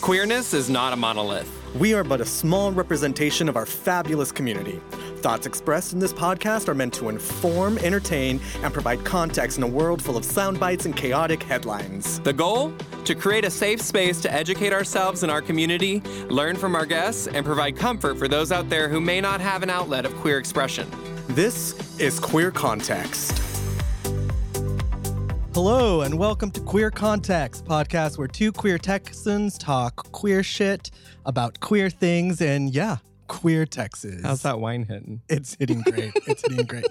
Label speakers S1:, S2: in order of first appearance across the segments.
S1: Queerness is not a monolith.
S2: We are but a small representation of our fabulous community. Thoughts expressed in this podcast are meant to inform, entertain, and provide context in a world full of sound bites and chaotic headlines.
S1: The goal? To create a safe space to educate ourselves and our community, learn from our guests, and provide comfort for those out there who may not have an outlet of queer expression.
S2: This is Queer Context.
S3: Hello, and welcome to Queer Context, podcast where two queer Texans talk queer shit about queer things and, yeah, queer Texas.
S1: How's that wine hitting?
S3: It's hitting great. It's hitting great.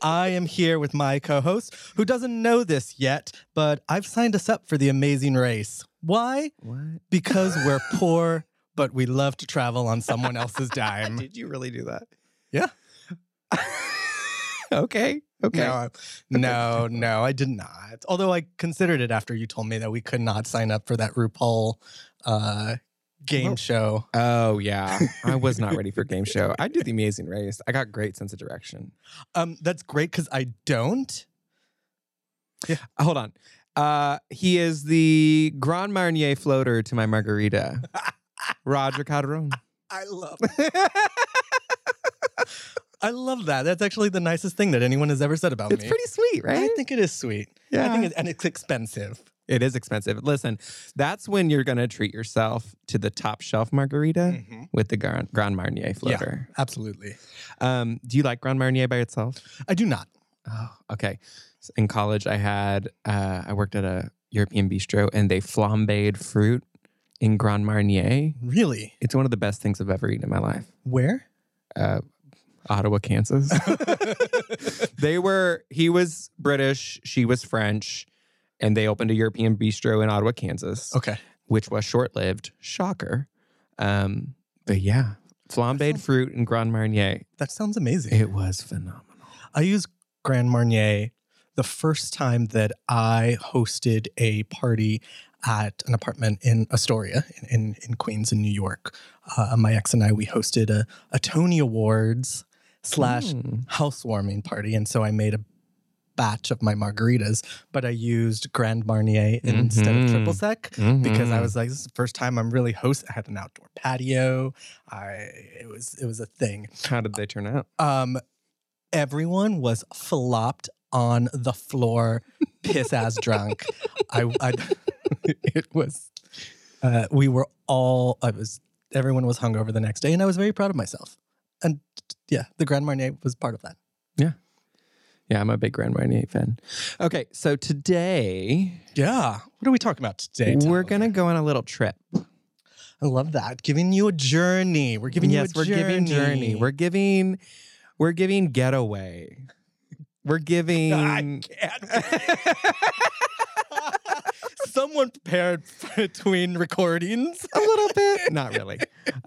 S3: I am here with my co host, who doesn't know this yet, but I've signed us up for the amazing race. Why?
S1: What?
S3: Because we're poor, but we love to travel on someone else's dime.
S1: Did you really do that?
S3: Yeah.
S1: okay. Okay.
S3: No, I- no, no, I did not. Although I considered it after you told me that we could not sign up for that RuPaul uh, game
S1: Well-
S3: show.
S1: Oh yeah, I was not ready for game show. I did the Amazing Race. I got great sense of direction.
S3: Um, that's great because I don't.
S1: Hold on, uh, he is the Grand Marnier floater to my margarita, Roger Calderon.
S3: I love. I love that. That's actually the nicest thing that anyone has ever said about
S1: It's
S3: me.
S1: pretty sweet, right?
S3: I think it is sweet. I think it's, and it's expensive.
S1: it is expensive. Listen, that's when you're gonna treat yourself to the top shelf margarita with the Grand, Grand Marnier floater.
S3: Absolutely.
S1: Um, do you like Grand Marnier by itself?
S3: I do not.
S1: Oh, okay. S- In college, I had uh, I worked at a European bistro, and they flambéed fruit in Grand Marnier.
S3: Really?
S1: It's one of the best things I've ever eaten in my life.
S3: Where?
S1: Uh, Ottawa, Kansas. they were. He was British. She was French, and they opened a European bistro in Ottawa, Kansas,
S3: Okay.
S1: which was short-lived. Shocker. Um, but yeah, flambéed fruit in Grand Marnier.
S3: That sounds amazing.
S1: It was phenomenal.
S3: I used Grand Marnier the first time that I hosted a party at an apartment in Astoria in, in, in Queens in New York. Uh, my ex and I, we hosted a, a Tony Awards slash
S1: Mm.
S3: housewarming party. And so I made a batch of my margaritas, but I used Grand Marnier instead of
S1: Mhm.
S3: triple sec because I
S1: Mhm.
S3: was like, this is the first time I'm really host. I had an outdoor patio. I it was it was a thing
S1: How did they turn out?
S3: um, everyone was flopped on the floor, piss ass drunk. I, I it was. Uh, we were all. I was. Everyone was hungover the next day, and I was very proud of myself. And yeah, the Grand Marnier was part of that.
S1: Yeah, I'm a big Grand Marnier fan. Okay, so today
S3: Yeah. What are we talking about today?
S1: we're
S3: Tyler?
S1: gonna go on a little trip.
S3: I love that. Giving you a journey. We're giving
S1: yes,
S3: you a
S1: we're
S3: journey.
S1: giving journey. We're giving, we're giving getaway. We're
S3: I
S1: giving.
S3: can't. Someone prepared for between recordings.
S1: A little bit, not really.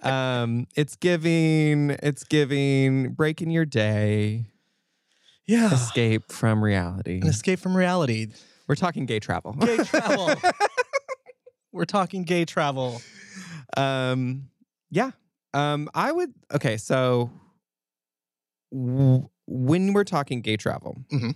S1: Um, it's giving. It's giving. Breaking your day,
S3: Yeah.
S1: escape from reality.
S3: An escape from reality.
S1: We're talking gay travel.
S3: Gay travel. We're talking gay travel.
S1: Um, yeah. Um, I would. Okay, so w- when we're talking gay travel,
S3: Mhm.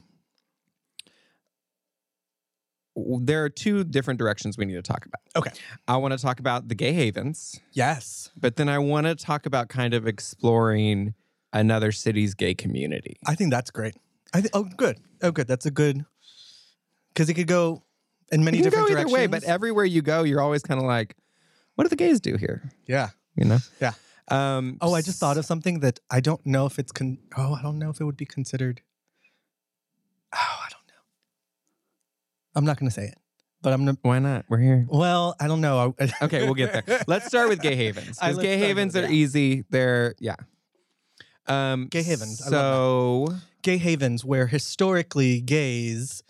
S1: w- there are two different directions we need to talk about.
S3: Okay.
S1: I want to talk about the gay havens,
S3: Yes.
S1: but then I want to talk about kind of exploring another city's gay community.
S3: I think that's great. I think oh good. Oh good. That's a good because it could go in many
S1: you can
S3: different
S1: go either
S3: directions.
S1: way, but everywhere you go, you're always kind of like, what do the gays do here?
S3: yeah.
S1: You know?
S3: Yeah.
S1: Um,
S3: Oh, I just thought of something that I don't know if it's con oh, I don't know if it would be considered. Oh, I don't know. I'm not gonna say it. But I'm gonna
S1: Why not? We're here.
S3: well, I don't know. I-
S1: Okay, we'll get there. Let's start with gay havens.
S3: I-
S1: Because
S3: let's
S1: gay
S3: start
S1: havens
S3: with-
S1: are
S3: yeah.
S1: easy. They're yeah. Um,
S3: Gay havens, I
S1: So
S3: gay havens where historically gays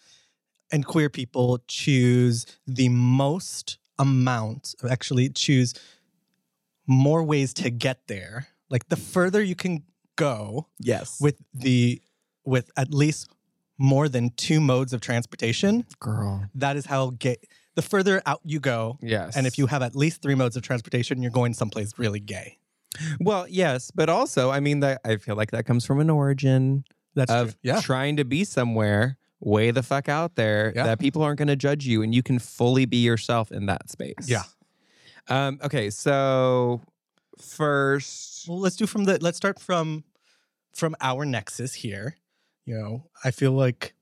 S3: and queer people choose the most amount of actually choose more ways to get there like the further you can go
S1: yes, with
S3: with the with at least more than two modes of transportation
S1: girl.
S3: that is how gay the further out you go
S1: Yes,
S3: and if you have at least three modes of transportation you're going someplace really gay
S1: well, yes, but also, I mean, that I feel like that comes from an origin
S3: that's
S1: of trying to be somewhere way the fuck out there
S3: Yeah.
S1: that people aren't going to judge you, and you can fully be yourself in that space.
S3: Yeah.
S1: Um, okay, so first,
S3: Well, let's do from the let's start from from our nexus here. You know, I feel like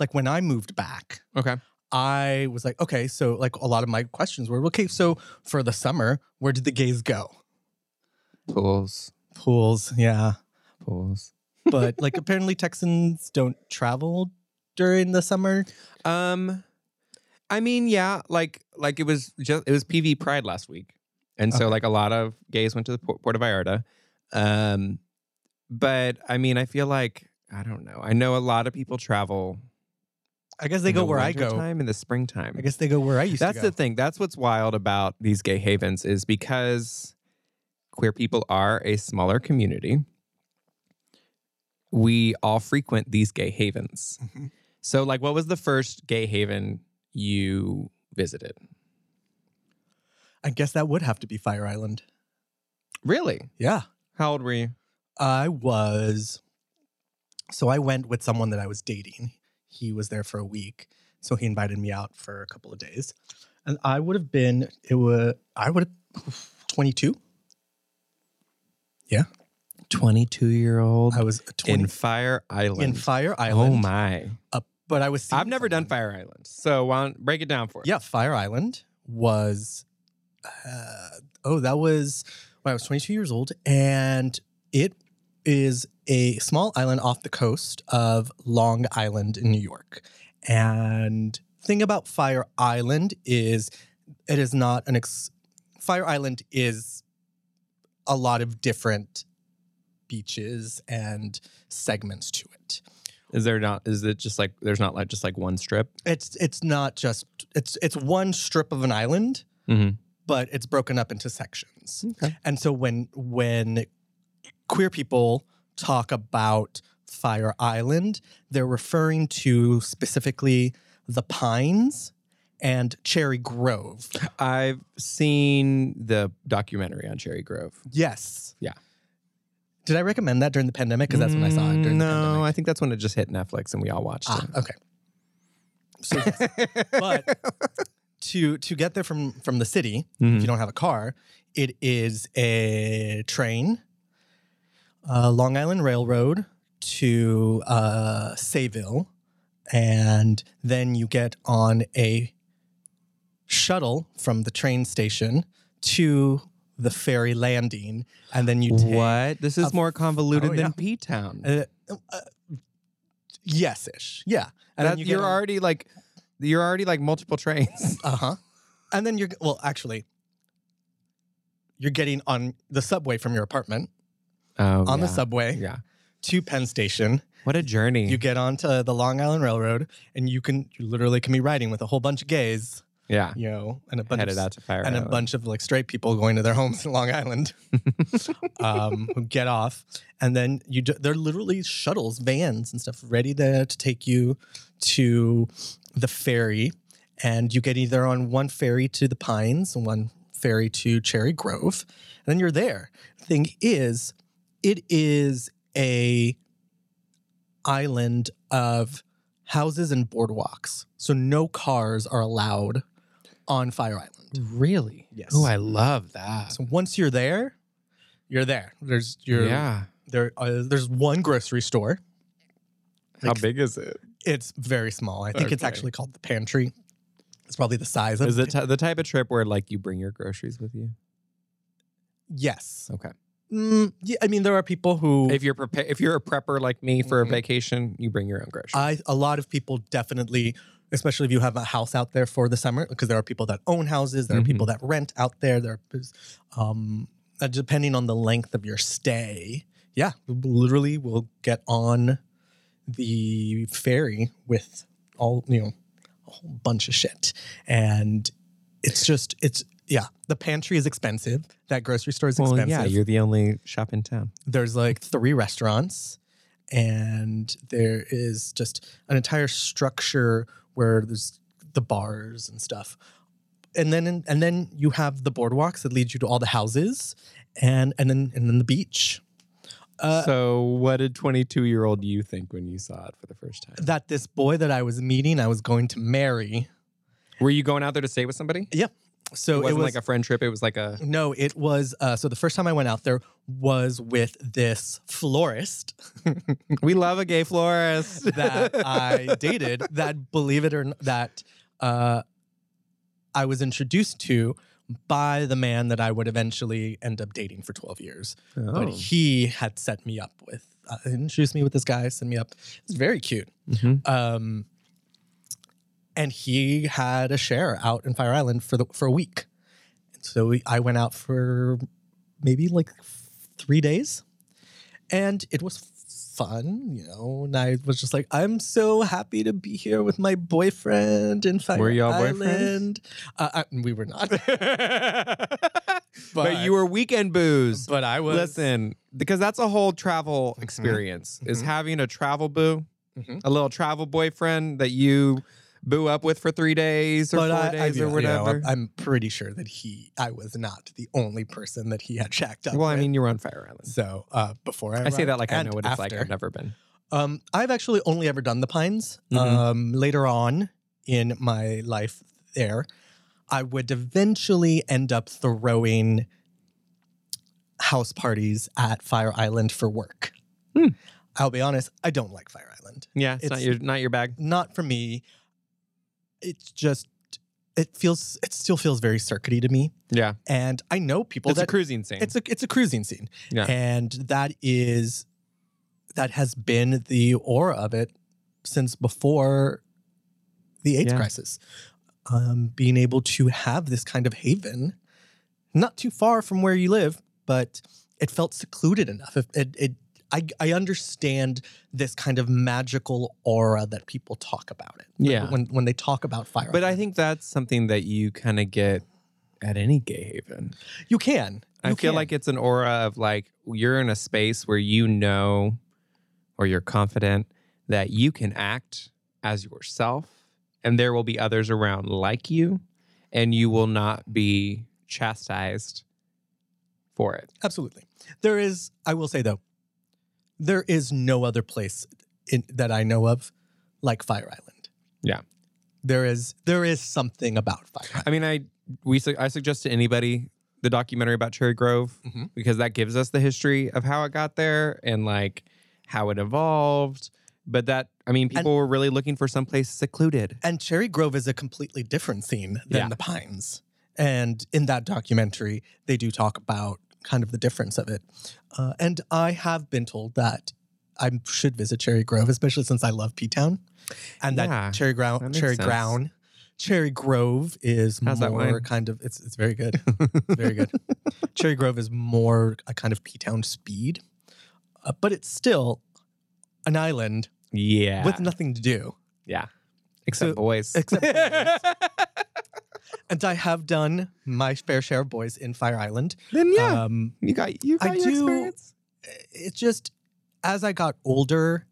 S3: like when I moved back,
S1: okay,
S3: I was like, okay, so like a lot of my questions were, okay, so for the summer, where did the gays go?
S1: pools,
S3: Pools, yeah.
S1: pools.
S3: But like apparently Texans don't travel during the summer.
S1: Um, I mean, yeah, like like it was just it was PV Pride last week, and so
S3: Okay.
S1: like a lot of gays went to the Pu- Puerto Vallarta. Um, but I mean, I feel like I don't know. I know a lot of people travel.
S3: I guess they
S1: in
S3: go
S1: the
S3: where I go.
S1: Time in the springtime.
S3: I guess they go where I used
S1: That's
S3: to
S1: the
S3: go.
S1: thing. That's what's wild about these gay havens is because queer people are a smaller community. We all frequent these gay havens.
S3: Mhm.
S1: So, like, what was the first gay haven you visited?
S3: I guess that would have to be Fire Island.
S1: Really?
S3: Yeah.
S1: How old were you?
S3: I was. So I went with someone that I was dating. He was there for a week, so he invited me out for a couple of days, and I would have been. It was I would have twenty two. Yeah,
S1: 22 year old
S3: I was a
S1: in
S3: twenty
S1: Fire Island.
S3: in Fire
S1: Oh
S3: Island.
S1: my!
S3: But I was. seeing
S1: I've never done
S3: someone-
S1: Fire Island, so why don't, break it down for us.
S3: Yeah, Fire Island was. Uh, oh, that was when I was 22 years old, and it is a small island off the coast of Long Island in New York. And thing about Fire Island is, it is not an ex. Fire Island is a lot of different beaches and segments to it.
S1: Is there not? Is it just like there's not like just like one strip?
S3: It's it's not just it's it's one strip of an island,
S1: Mm-hmm.
S3: but it's broken up into sections.
S1: Okay.
S3: And so when when queer people talk about Fire Island, they're referring to specifically the Pines and Cherry Grove.
S1: I've seen the documentary on Cherry Grove.
S3: Yes.
S1: Yeah.
S3: Did I recommend that during the pandemic? Because that's when I saw it during
S1: no,
S3: the pandemic.
S1: I think that's when it just hit Netflix and we all watched
S3: Ah, okay. So yes.
S1: it.
S3: but to to get there from from the city, if
S1: Mm-hmm. Hmm.
S3: you don't have a car, it is a train, uh, Long Island Railroad to uh, Sayville, and then you get on a shuttle from the train station to the ferry landing, and then you take
S1: what? This is
S3: a-
S1: more convoluted
S3: Oh, yeah.
S1: than P Town.
S3: Uh, uh, yes ish, yeah. And
S1: That you are already like, you're already like multiple trains.
S3: Uh huh. And then you're g- well, actually, you're getting on the subway from your apartment
S1: Oh,
S3: on the subway
S1: Yeah.
S3: to Penn Station.
S1: What a journey.
S3: You get onto the Long Island Railroad, and you can you literally can be riding with a whole bunch of gays,
S1: yeah.
S3: you know, and a bunch
S1: Headed
S3: of,
S1: out to Fire
S3: and a
S1: Island.
S3: bunch of like straight people going to their homes in Long Island, um, who get off, and then you d- they're literally shuttles, vans, and stuff ready to, to take you to the ferry, and you get either on one ferry to the Pines and one ferry to Cherry Grove, and then you're there. Thing is, it is a island of houses and boardwalks, so no cars are allowed on Fire Island.
S1: Really?
S3: Yes.
S1: Oh, I love that.
S3: So once you're there, you're there. There's your
S1: yeah.
S3: there. Uh, there's one grocery store.
S1: How big is it?
S3: It's very small. I think it's
S1: Okay.
S3: actually called the pantry. It's probably the size of
S1: Is it t- the type of trip where like you bring your groceries with you?
S3: Yes.
S1: Okay.
S3: Mm, yeah, I mean, there are people who
S1: If you're prepa- if you're a prepper like me for
S3: Mhm.
S1: a vacation, you bring your own groceries.
S3: I a lot of people definitely, especially if you have a house out there for the summer, because there are people that own houses, there are
S1: Mhm.
S3: people that rent out there. There, are, um, uh, depending on the length of your stay, yeah, we literally will get on the ferry with all you know, a whole bunch of shit, and it's just it's yeah. The pantry is expensive. That grocery store is
S1: well,
S3: expensive
S1: yeah, you're the only shop in town.
S3: there's like three restaurants and there is just an entire structure where there's the bars and stuff and then and then you have the boardwalks that lead you to all the houses and and then and then the beach Uh,
S1: so, what did 22 year old you think when you saw it for the first time?
S3: that this boy that i was meeting i was going to marry
S1: Were you going out there to stay with somebody?
S3: yep So
S1: it
S3: it
S1: wasn't
S3: was
S1: like a friend trip. It was like a
S3: no, it was. Uh, so the first time I went out there was with this florist
S1: we love a gay florist.
S3: that I dated. That believe it or not, that uh, I was introduced to by the man that I would eventually end up dating for twelve years.
S1: Oh.
S3: But he had set me up with, uh, introduced me with this guy, set me up. It's very cute.
S1: Mhm.
S3: Um, and he had a share out in Fire Island for the, for a week. And so we, I went out for maybe like three days, and it was fun, you know. And I was just like, I'm so happy to be here with my boyfriend in Fire
S1: Were y'all boyfriends?
S3: Island. Uh, I, we were not, but,
S1: but, you were weekend booze.
S3: But I was.
S1: Listen, because that's a whole travel experience is
S3: Mhm.
S1: having a travel boo,
S3: Mhm.
S1: a little travel boyfriend that you boo up with for three days or four days
S3: yeah,
S1: or
S3: you know,
S1: whatever.
S3: I'm- I'm pretty sure that he, I was not the only person that he had shacked up.
S1: well, I
S3: with.
S1: mean, you're on Fire Island.
S3: so uh, before I,
S1: I say
S3: arrived
S1: that like I
S3: and
S1: know what it's like.
S3: after.
S1: I've never been.
S3: Um, I've actually only ever done the Pines.
S1: Mhm.
S3: Um, later on in my life there, I would eventually end up throwing house parties at Fire Island for work.
S1: Hmm.
S3: I'll be honest, I don't like Fire Island.
S1: Yeah, it's, not
S3: It's-
S1: your not your bag.
S3: Not for me. It's just it feels it still feels very circuity to me.
S1: Yeah,
S3: And I know people
S1: it's
S3: that
S1: a cruising scene.
S3: it's a it's a cruising scene.
S1: Yeah.
S3: And that is that has been the aura of it since before the AIDS
S1: Yeah.
S3: crisis. Um, being able to have this kind of haven, not too far from where you live, but it felt secluded enough. It, it, it I, I understand this kind of magical aura that people talk about it. When-
S1: Yeah.
S3: When when they talk about fire,
S1: but I
S3: Island.
S1: think that's something that you kind of get at any gay haven.
S3: you can.
S1: I
S3: You
S1: feel
S3: can.
S1: like it's an aura of like you're in a space where you know or you're confident that you can act as yourself and there will be others around like you and you will not be chastised for it.
S3: Absolutely. There is, I will say though, there is no other place in, that I know of like Fire Island.
S1: Yeah.
S3: There is there is something about Fire Island.
S1: I mean, I we su- I suggest to anybody the documentary about Cherry Grove
S3: Mhm.
S1: because that gives us the history of how it got there and like how it evolved. But that I mean, people were really looking for someplace secluded.
S3: And Cherry Grove is a completely different scene than
S1: Yeah.
S3: the Pines. And in that documentary, they do talk about kind of the difference of it. Uh, and I have been told that I should visit Cherry Grove, especially since I love P Town, and
S1: Yeah,
S3: that Cherry Ground,
S1: that makes
S3: Cherry
S1: sense.
S3: Ground, Cherry Grove is
S1: How's that
S3: more
S1: wine?
S3: kind of it's it's very good, it's very good. Cherry Grove is more a kind of P Town speed, uh, but it's still an island
S1: Yeah.
S3: with nothing to do.
S1: Except
S3: So-
S1: boys.
S3: except And I have done my fair share of boys in Fire Island.
S1: then yeah,
S3: Um,
S1: Uh, you got you
S3: I
S1: got your
S3: do-
S1: experience.
S3: it just, as I got older,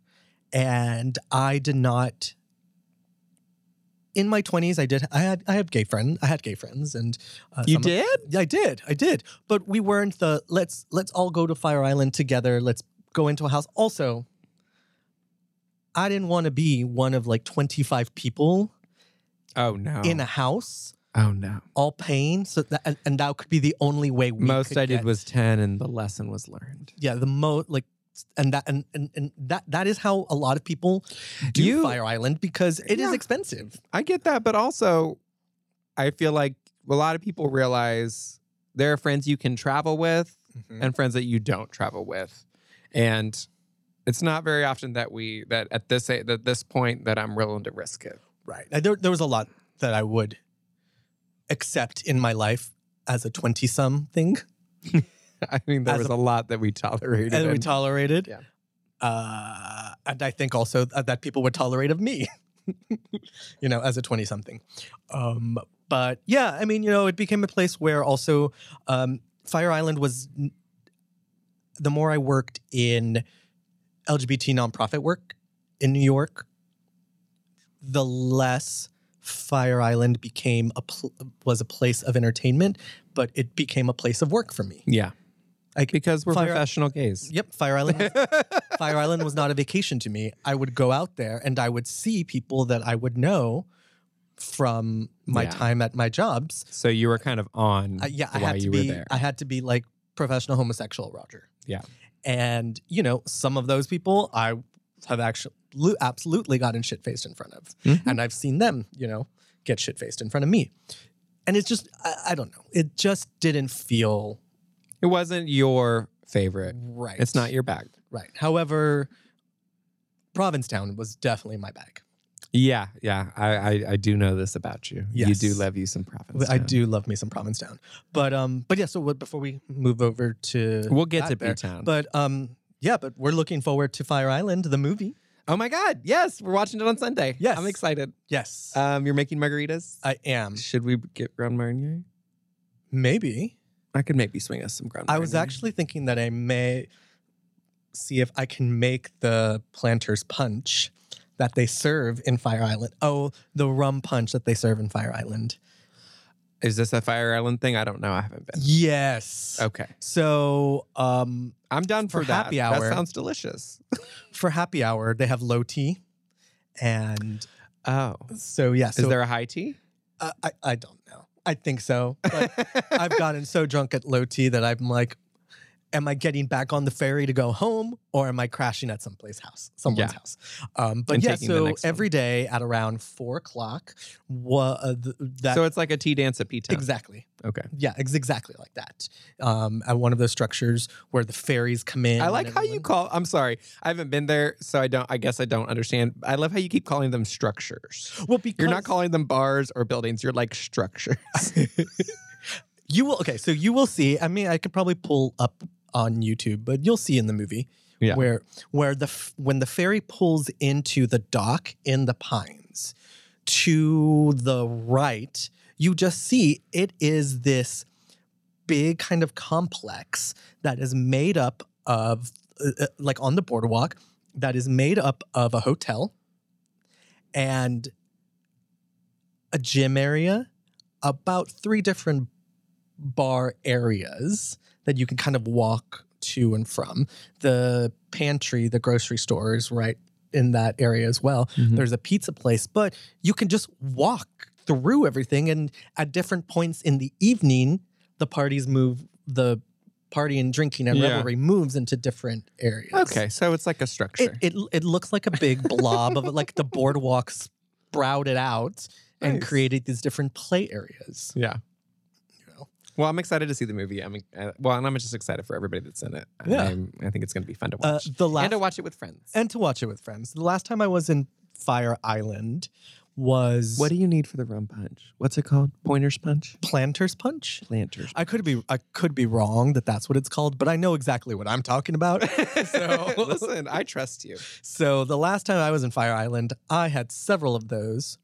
S3: and I did not. In my twenties, I did. I had. I had gay friend. I had gay friends, and uh, some-
S1: did?
S3: I did. I did. But we weren't the let's let's all go to Fire Island together. Let's go into a house. Also, I didn't want to be one of like twenty five people
S1: Oh no.
S3: in a house.
S1: oh no.
S3: all pain. So that and, and that could be the only way we
S1: Most
S3: could
S1: I did
S3: get-
S1: was ten, and the lesson was learned.
S3: yeah the mo like and that and, and and that that is how a lot of people do
S1: You-
S3: Fire Island because it is
S1: Yeah.
S3: expensive.
S1: I get that, but also, I feel like a lot of people realize there are friends you can travel with and friends that you don't travel with, and it's not very often that we that at this a- that this point that I'm willing to risk it.
S3: Right. Uh, There, there was a lot that I would accept in my life as a twenty some thing
S1: I mean, there
S3: As
S1: was
S3: a-
S1: a lot that we tolerated.
S3: that we
S1: and-
S3: tolerated.
S1: Yeah.
S3: Uh, and I think also th- that people would tolerate of me, you know, as a 20 something. Um, but yeah, I mean, you know, it became a place where also um, Fire Island was n- the more I worked in LGBT nonprofit work in New York, the less Fire Island became a pl- was a place of entertainment, but it became a place of work for me.
S1: yeah,
S3: Like,
S1: because we're
S3: Fire-
S1: professional gays.
S3: Yep, Fire Island. Fire Island was not a vacation to me. I would go out there and I would see people that I would know, from my
S1: Yeah.
S3: time at my jobs.
S1: So you were kind of on
S3: I, Uh, yeah, I
S1: while
S3: had to
S1: you
S3: be
S1: were there.
S3: I had to be like professional homosexual Roger.
S1: Yeah.
S3: And you know, some of those people I have actually absolutely gotten shit faced in front of.
S1: Mhm.
S3: And I've seen them, you know, get shit faced in front of me. And it's just I, I don't know. It just didn't feel
S1: It wasn't your favorite.
S3: right.
S1: It's not your bag.
S3: right. However, Provincetown was definitely my bag.
S1: Yeah, yeah. I I, I do know this about you.
S3: Yes.
S1: You do love you some province.
S3: I
S1: Town.
S3: do love me some Provincetown. But um but yeah, so what, before we move over to
S1: We'll get
S3: that
S1: to B
S3: there,
S1: Town.
S3: But um yeah, but we're looking forward to Fire Island, the movie.
S1: Oh my God! Yes, we're watching it on Sunday.
S3: Yes.
S1: I'm excited.
S3: Yes.
S1: Um, you're making margaritas.
S3: I am.
S1: Should we get ground marnier?
S3: Maybe.
S1: I could maybe swing us some ground.
S3: I was
S1: marnier.
S3: actually thinking that I may see if I can make the planter's punch that they serve in Fire Island. Oh, the rum punch that they serve in Fire Island.
S1: Is this a Fire Island thing? I don't know. I haven't been.
S3: Yes.
S1: Okay,
S3: So, um,
S1: I'm down for,
S3: For
S1: that.
S3: happy hour.
S1: That sounds delicious.
S3: for happy hour, they have low tea. And
S1: Oh,
S3: so, yeah. So
S1: is there a high tea?
S3: I, Uh, I, I don't know. I think so. But I've gotten so drunk at low tea that I'm like, am I getting back on the ferry to go home or am I crashing at someplace house, someone's
S1: Yeah.
S3: house? Um, but
S1: And
S3: yeah,
S1: taking the
S3: so
S1: next one.
S3: every day at around four o'clock, wa- uh, th- that
S1: so it's like a tea dance at P Town.
S3: exactly.
S1: Okay.
S3: Yeah, it's exactly like that. Um, at one of those structures where the ferries come in.
S1: I
S3: and
S1: like how you
S3: everyone-
S1: call. I'm sorry, I haven't been there, so I don't. I guess I don't understand. I love how you keep calling them structures.
S3: Well, because
S1: You're not calling them bars or buildings. You're like structures.
S3: You will okay, so you will see. I mean, I could probably pull up on YouTube, but you'll see in the movie
S1: Yeah.
S3: where where the f- when the ferry pulls into the dock in the pines to the right, you just see it is this big kind of complex that is made up of uh, uh, like on the boardwalk that is made up of a hotel and a gym area, about three different bar areas that you can kind of walk to and from. The pantry, the grocery store is right in that area as well.
S1: Mhm.
S3: There's a pizza place, but you can just walk through everything. And at different points in the evening, the parties move, the party and drinking and
S1: Yeah.
S3: revelry moves into different areas.
S1: okay, so it's like a structure.
S3: It, it it looks like a big blob of like the boardwalk sprouted out and
S1: Nice.
S3: created these different play areas.
S1: yeah.
S3: You know?
S1: Well, I'm excited to see the movie. I'm uh, well, and I'm just excited for everybody that's in it.
S3: Yeah.
S1: I'm- i think it's going to be fun to
S3: Uh,
S1: watch
S3: the last
S1: and to watch it with friends.
S3: and to watch it with friends. The last time I was in Fire Island was
S1: what do you need for the rum punch? What's it called? Pointer's punch.
S3: Planters Punch.
S1: Planters.
S3: I could be I could be wrong that that's what it's called, but I know exactly what I'm talking about.
S1: so listen, I trust you.
S3: So the last time I was in Fire Island, I had several of those,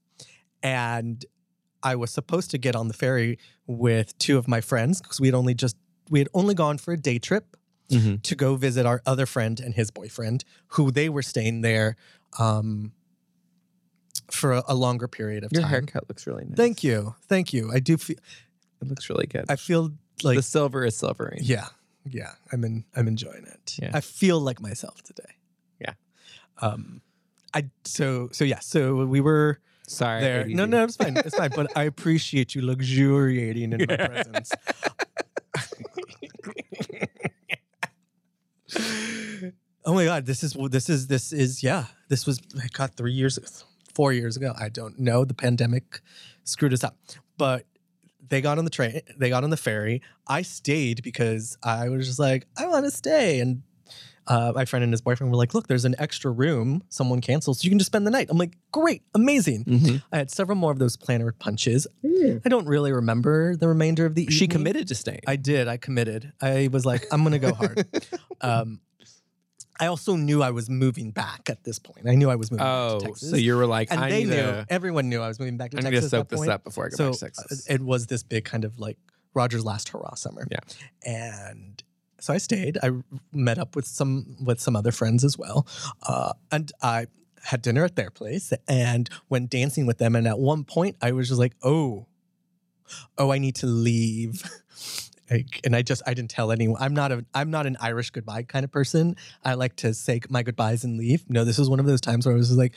S3: and I was supposed to get on the ferry with two of my friends because we had only just we had only gone for a day trip
S1: Mhm.
S3: to go visit our other friend and his boyfriend, who they were staying there um, for a, a longer period of
S1: Your
S3: time.
S1: haircut looks really nice.
S3: Thank you, thank you. I do feel
S1: It looks really good.
S3: I feel like
S1: the silver is silvering.
S3: yeah, yeah. I'm in, I'm enjoying it.
S1: Yeah.
S3: I feel like myself today.
S1: Yeah.
S3: Um, I so so yeah. So we were
S1: Sorry.
S3: there. No,
S1: ADD.
S3: no, it's fine. It's fine. But I appreciate you luxuriating in my presence. oh my god, this is this is this is yeah. This was I got three years, four years ago. I don't know. The pandemic screwed us up, but. They got on the train, they got on the ferry. I stayed because I was just like, I want to stay. And uh, my friend and his boyfriend were like, Look, there's an extra room. Someone cancels. You can just spend the night. I'm like, Great, amazing.
S1: Mhm.
S3: I had several more of those planner punches. I don't really remember the remainder of the evening.
S1: She committed to staying.
S3: I did. I committed. I was like, I'm going to go hard. um, I also knew I was moving back at this point. I knew I was moving back
S1: oh,
S3: to Texas.
S1: so you were like,
S3: and
S1: I
S3: they
S1: need
S3: knew.
S1: to,
S3: everyone knew I was moving back to
S1: I need
S3: Texas.
S1: to soak
S3: at that
S1: this
S3: point.
S1: up before I go
S3: So
S1: back to
S3: uh,
S1: Texas.
S3: it was this big kind of like Roger's last hurrah summer.
S1: Yeah.
S3: And so I stayed. I met up with some with some other friends as well, uh, and I had dinner at their place and went dancing with them. And at one point, I was just like, "Oh, oh, I need to leave." Like, and I just I didn't tell anyone. I'm not a I'm not an Irish goodbye kind of person. I like to say my goodbyes and leave. No, this was one of those times where I was just like,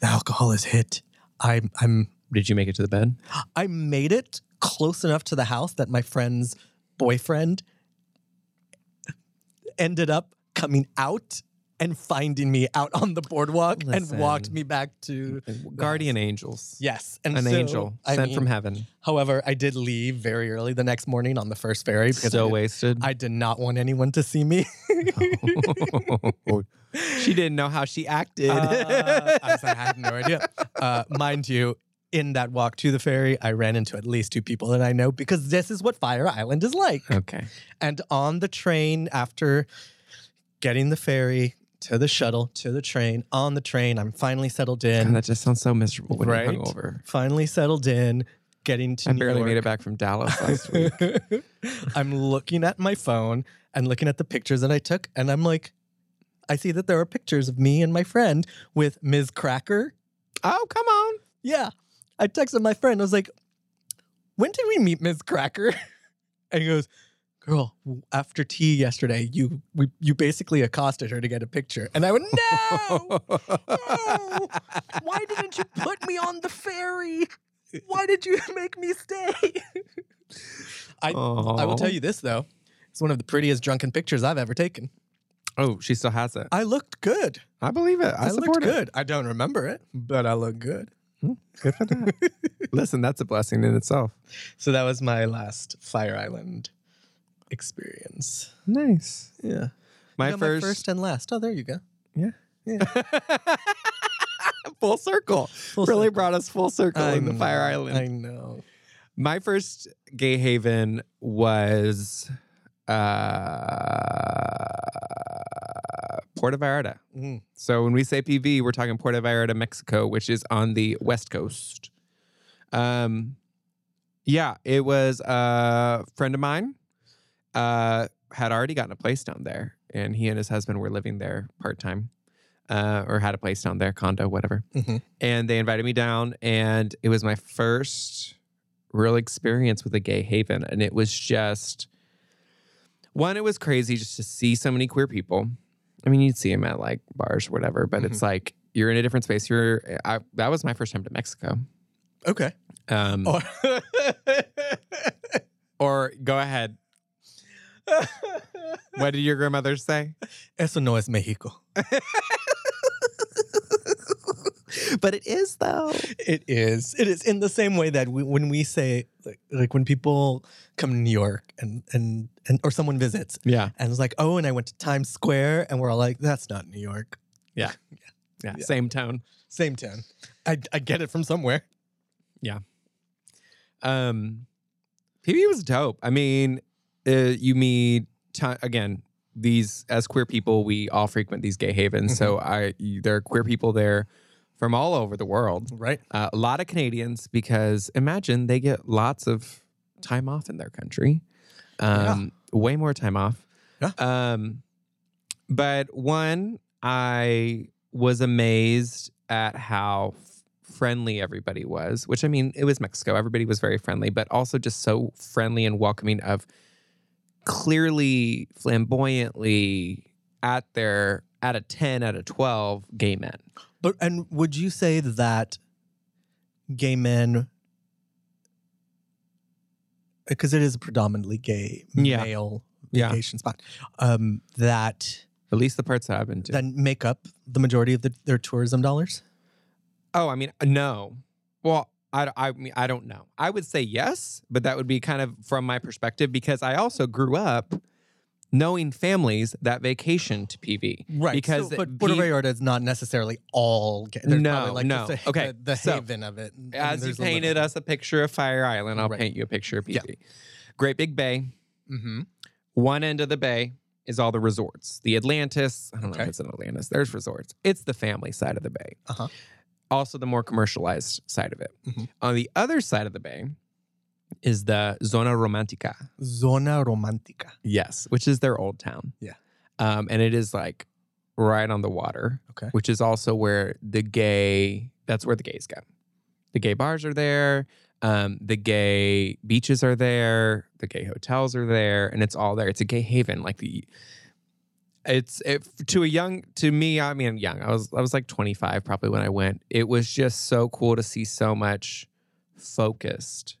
S3: the alcohol is hit. I'm I'm
S1: Did you make it to the bed?
S3: I made it close enough to the house that my friend's boyfriend ended up coming out and finding me out on the boardwalk and walked
S1: Listen.
S3: me back to
S1: Guardian angels.
S3: yes and
S1: An
S3: so,
S1: angel
S3: I
S1: sent from
S3: mean,
S1: heaven.
S3: however i did leave very early the next morning on the first ferry because
S1: So
S3: I, did,
S1: wasted.
S3: I did not want anyone to see me
S1: she didn't know how she acted.
S3: Uh, I, was like, I had no idea. Uh, mind you, in that walk to the ferry, I ran into at least two people that I know because this is what Fire Island is like.
S1: okay.
S3: And on the train, after getting the ferry to the shuttle to the train, on the train, I'm finally settled in.
S1: God, that just sounds so miserable when
S3: Right?
S1: you're hungover.
S3: finally settled in. Getting to
S1: I
S3: New
S1: barely
S3: York.
S1: made it back from Dallas last week.
S3: I'm looking at my phone and looking at the pictures that I took, and I'm like, I see that there are pictures of me and my friend with Ms. Cracker.
S1: oh, come on.
S3: Yeah. I texted my friend. I was like, when did we meet Ms. Cracker? And he goes, girl, after tea yesterday, you we, you basically accosted her to get a picture. And I went, no, no. Why didn't you put me on the ferry? Why did you make me stay? I, I will tell you this, though. It's one of the prettiest drunken pictures I've ever taken.
S1: Oh, she still has it.
S3: I looked good.
S1: I believe it. I,
S3: I, looked
S1: support it.
S3: good. I don't remember it, but I looked good.
S1: Good for that. Listen, that's a blessing in itself.
S3: So that was my last Fire Island experience.
S1: Nice.
S3: Yeah.
S1: My
S3: You got
S1: first,
S3: and last. Oh, there you go.
S1: full circle really brought us full circle
S3: I
S1: in the Fire
S3: know,
S1: Island.
S3: I know.
S1: My first gay haven was uh, Puerto Vallarta.
S3: Mm.
S1: So when we say PV, we're talking Puerto Vallarta, Mexico, which is on the west coast. Um, yeah, it was a friend of mine uh, had already gotten a place down there, and he and his husband were living there part time, uh, or had a place down there, condo, whatever.
S3: Mhm.
S1: And they invited me down, and it was my first real experience with a gay haven, and it was just one. It was crazy just to see so many queer people. I mean, you'd see them at like bars or whatever, but it's like you're in a different space. You're I, that was my first time to Mexico.
S3: Okay.
S1: Um,
S3: Oh.
S1: Or go ahead. What did your grandmother say?
S3: Eso no es Mexico.
S1: but it is though.
S3: It is. It is in the same way that we, when we say, like, like when people come to New York and, and, and, or someone visits
S1: Yeah.
S3: and it's like, oh, and I went to Times Square, and we're all like, that's not New York.
S1: Yeah.
S3: Yeah.
S1: Same tone.
S3: Same town. I, I get it from somewhere.
S1: Um, PB was dope. I mean, uh, you meet ti- again these as queer people. We all frequent these gay havens, so I there are queer people there from all over the world.
S3: Right.
S1: Uh, a lot of Canadians because imagine they get lots of time off in their country, um, way more time off.
S3: Yeah.
S1: Um, but one, I was amazed at how f- friendly everybody was. Which I mean, it was Mexico. Everybody was very friendly, but also just so friendly and welcoming of clearly flamboyantly at their at a 10 out of 12 gay men
S3: But and would you say that gay men because it is a predominantly gay
S1: Yeah.
S3: male
S1: Yeah.
S3: vacation spot um, that
S1: at least the parts that i've been to
S3: then make up the majority of the, their tourism dollars?
S1: Oh, I mean, no. Well, I, I mean, I don't know. I would say yes, but that would be kind of from my perspective because I also grew up knowing families that vacation to PV.
S3: Mm,
S1: Because
S3: so,
S1: it-
S3: but Puerto
S1: P-
S3: Vallarta is not necessarily all gay. There's
S1: No,
S3: probably like
S1: no.
S3: just a-
S1: Okay,
S3: the, the
S1: so,
S3: haven of it. and
S1: as you
S3: there's a
S1: painted
S3: little-
S1: us a picture of Fire Island, I'll
S3: Right.
S1: paint you a picture of PV.
S3: Yeah.
S1: Great Big Bay.
S3: Mhm.
S1: One end of the bay is all the resorts. The Atlantis, I don't know if
S3: Okay.
S1: it's in Atlantis, there's resorts. It's the family side of the bay.
S3: Uh-huh.
S1: Also, the more commercialized side of it.
S3: Mhm.
S1: On the other side of the bay is the Zona Romantica.
S3: Zona Romantica.
S1: Yes, which is their old town.
S3: Yeah.
S1: Um, and it is like right on the water.
S3: Okay.
S1: Which is also where the gay, that's where the gays go. The gay bars are there. Um, the gay beaches are there. The gay hotels are there. And it's all there. It's a gay haven. Like the, it's it, to a young to me i mean young i was i was like 25 probably when i went it was just so cool to see so much focused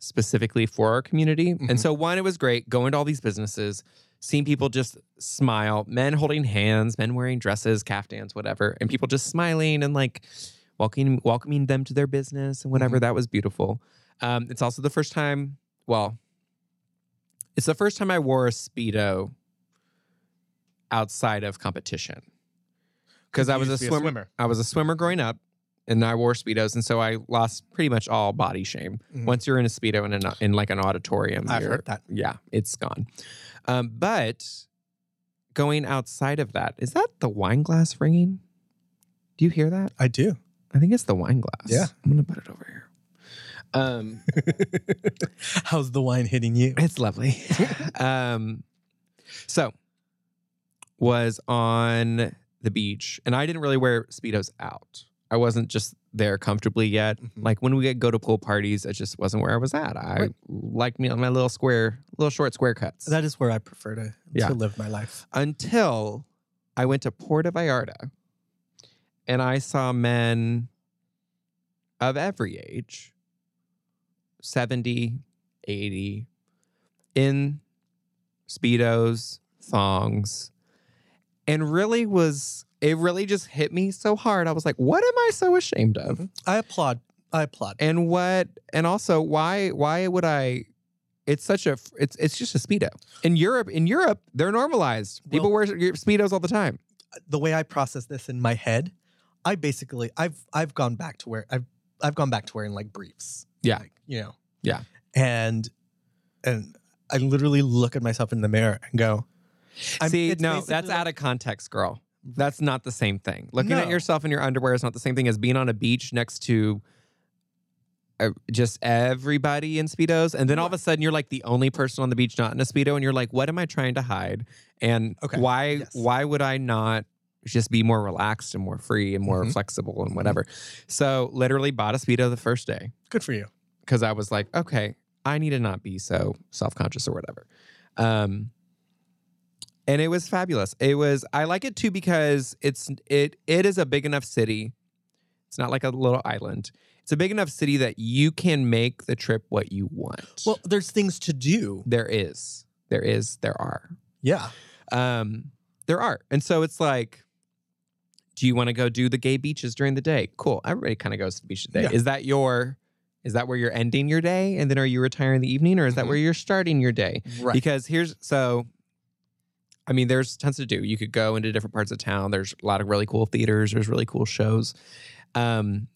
S1: specifically for our community.
S3: Mhm.
S1: And so, one, it was great going to all these businesses, seeing people just smile, men holding hands, men wearing dresses, caftans, whatever, and people just smiling and like welcoming welcoming them to their business and whatever. That was beautiful. Um, it's also the first time. Well, it's the first time I wore a speedo outside of competition because I
S4: You
S1: was a
S4: used to be
S1: swimmer. I was a swimmer growing up, and I wore speedos, and so I lost pretty much all body shame.
S3: Mhm.
S1: Once you're in a speedo in an in like an auditorium,
S3: I've
S1: you're-
S3: heard that.
S1: Yeah, it's gone. Um, but going outside of that, is that the wine glass ringing? Do you hear that?
S3: I do.
S1: I think it's the wine glass.
S3: Yeah.
S1: I'm gonna put it over here. Um,
S3: How's the wine hitting you?
S1: it's lovely. um, so was on the beach, and I didn't really wear speedos out. I wasn't just there comfortably yet.
S3: Mhm.
S1: Like when we get- go to pool parties, it just wasn't where I was at. I
S3: Right.
S1: liked me on my little square, little short square cuts.
S3: That is where I prefer to,
S1: Yeah.
S3: to live my life.
S1: until I went to Puerto Vallarta and I saw men of every age 70, 80 in Speedos, thongs, and really was, it really just hit me so hard. I was like, what am I so ashamed of?
S3: I applaud. I applaud.
S1: And what, and also, why, why would I? It's such a, it's it's just a speedo. In Europe, in Europe, they're normalized. People wear speedos all the time.
S3: the way I process this in my head, I basically I've I've gone back to where I've I've gone back to wearing like briefs.
S1: Yeah.
S3: Like, you know.
S1: Yeah.
S3: And and I literally look at myself in the mirror and go, I'm-
S1: See,
S3: it's
S1: no,
S3: basically
S1: that's
S3: like-
S1: out of context, girl. That's not the same thing. Looking at
S3: No.
S1: yourself in your underwear is not the same thing as being on a beach next to uh, just everybody in speedos, and then all of a sudden you're like the only person on the beach not in a speedo, and you're like, "What am I trying to hide? And
S3: Okay,
S1: why
S3: yes.
S1: why would I not just be more relaxed and more free and more
S3: Mhm.
S1: flexible and whatever?" So literally bought a speedo the first day
S3: good for you.
S1: because I was like, okay, I need to not be so self conscious or whatever. Um, and it was fabulous. It was I like it too because it's it it is a big enough city. It's not like a little island. It's a big enough city that you can make the trip what you want.
S3: Well, there's things to do.
S1: there is, there is, there are,
S3: Yeah.
S1: um, there are, and so it's like. Do you want to go do the gay beaches during the day? Cool. Everybody kind of goes to the beach today.
S3: Yeah.
S1: Is that your is that where you're ending your day and then are you retiring in the evening or is that
S3: Mhm.
S1: where you're starting your day?
S3: Right.
S1: Because here's so I mean, there's tons to do. You could go into different parts of town. There's a lot of really cool theaters. There's really cool shows. Um,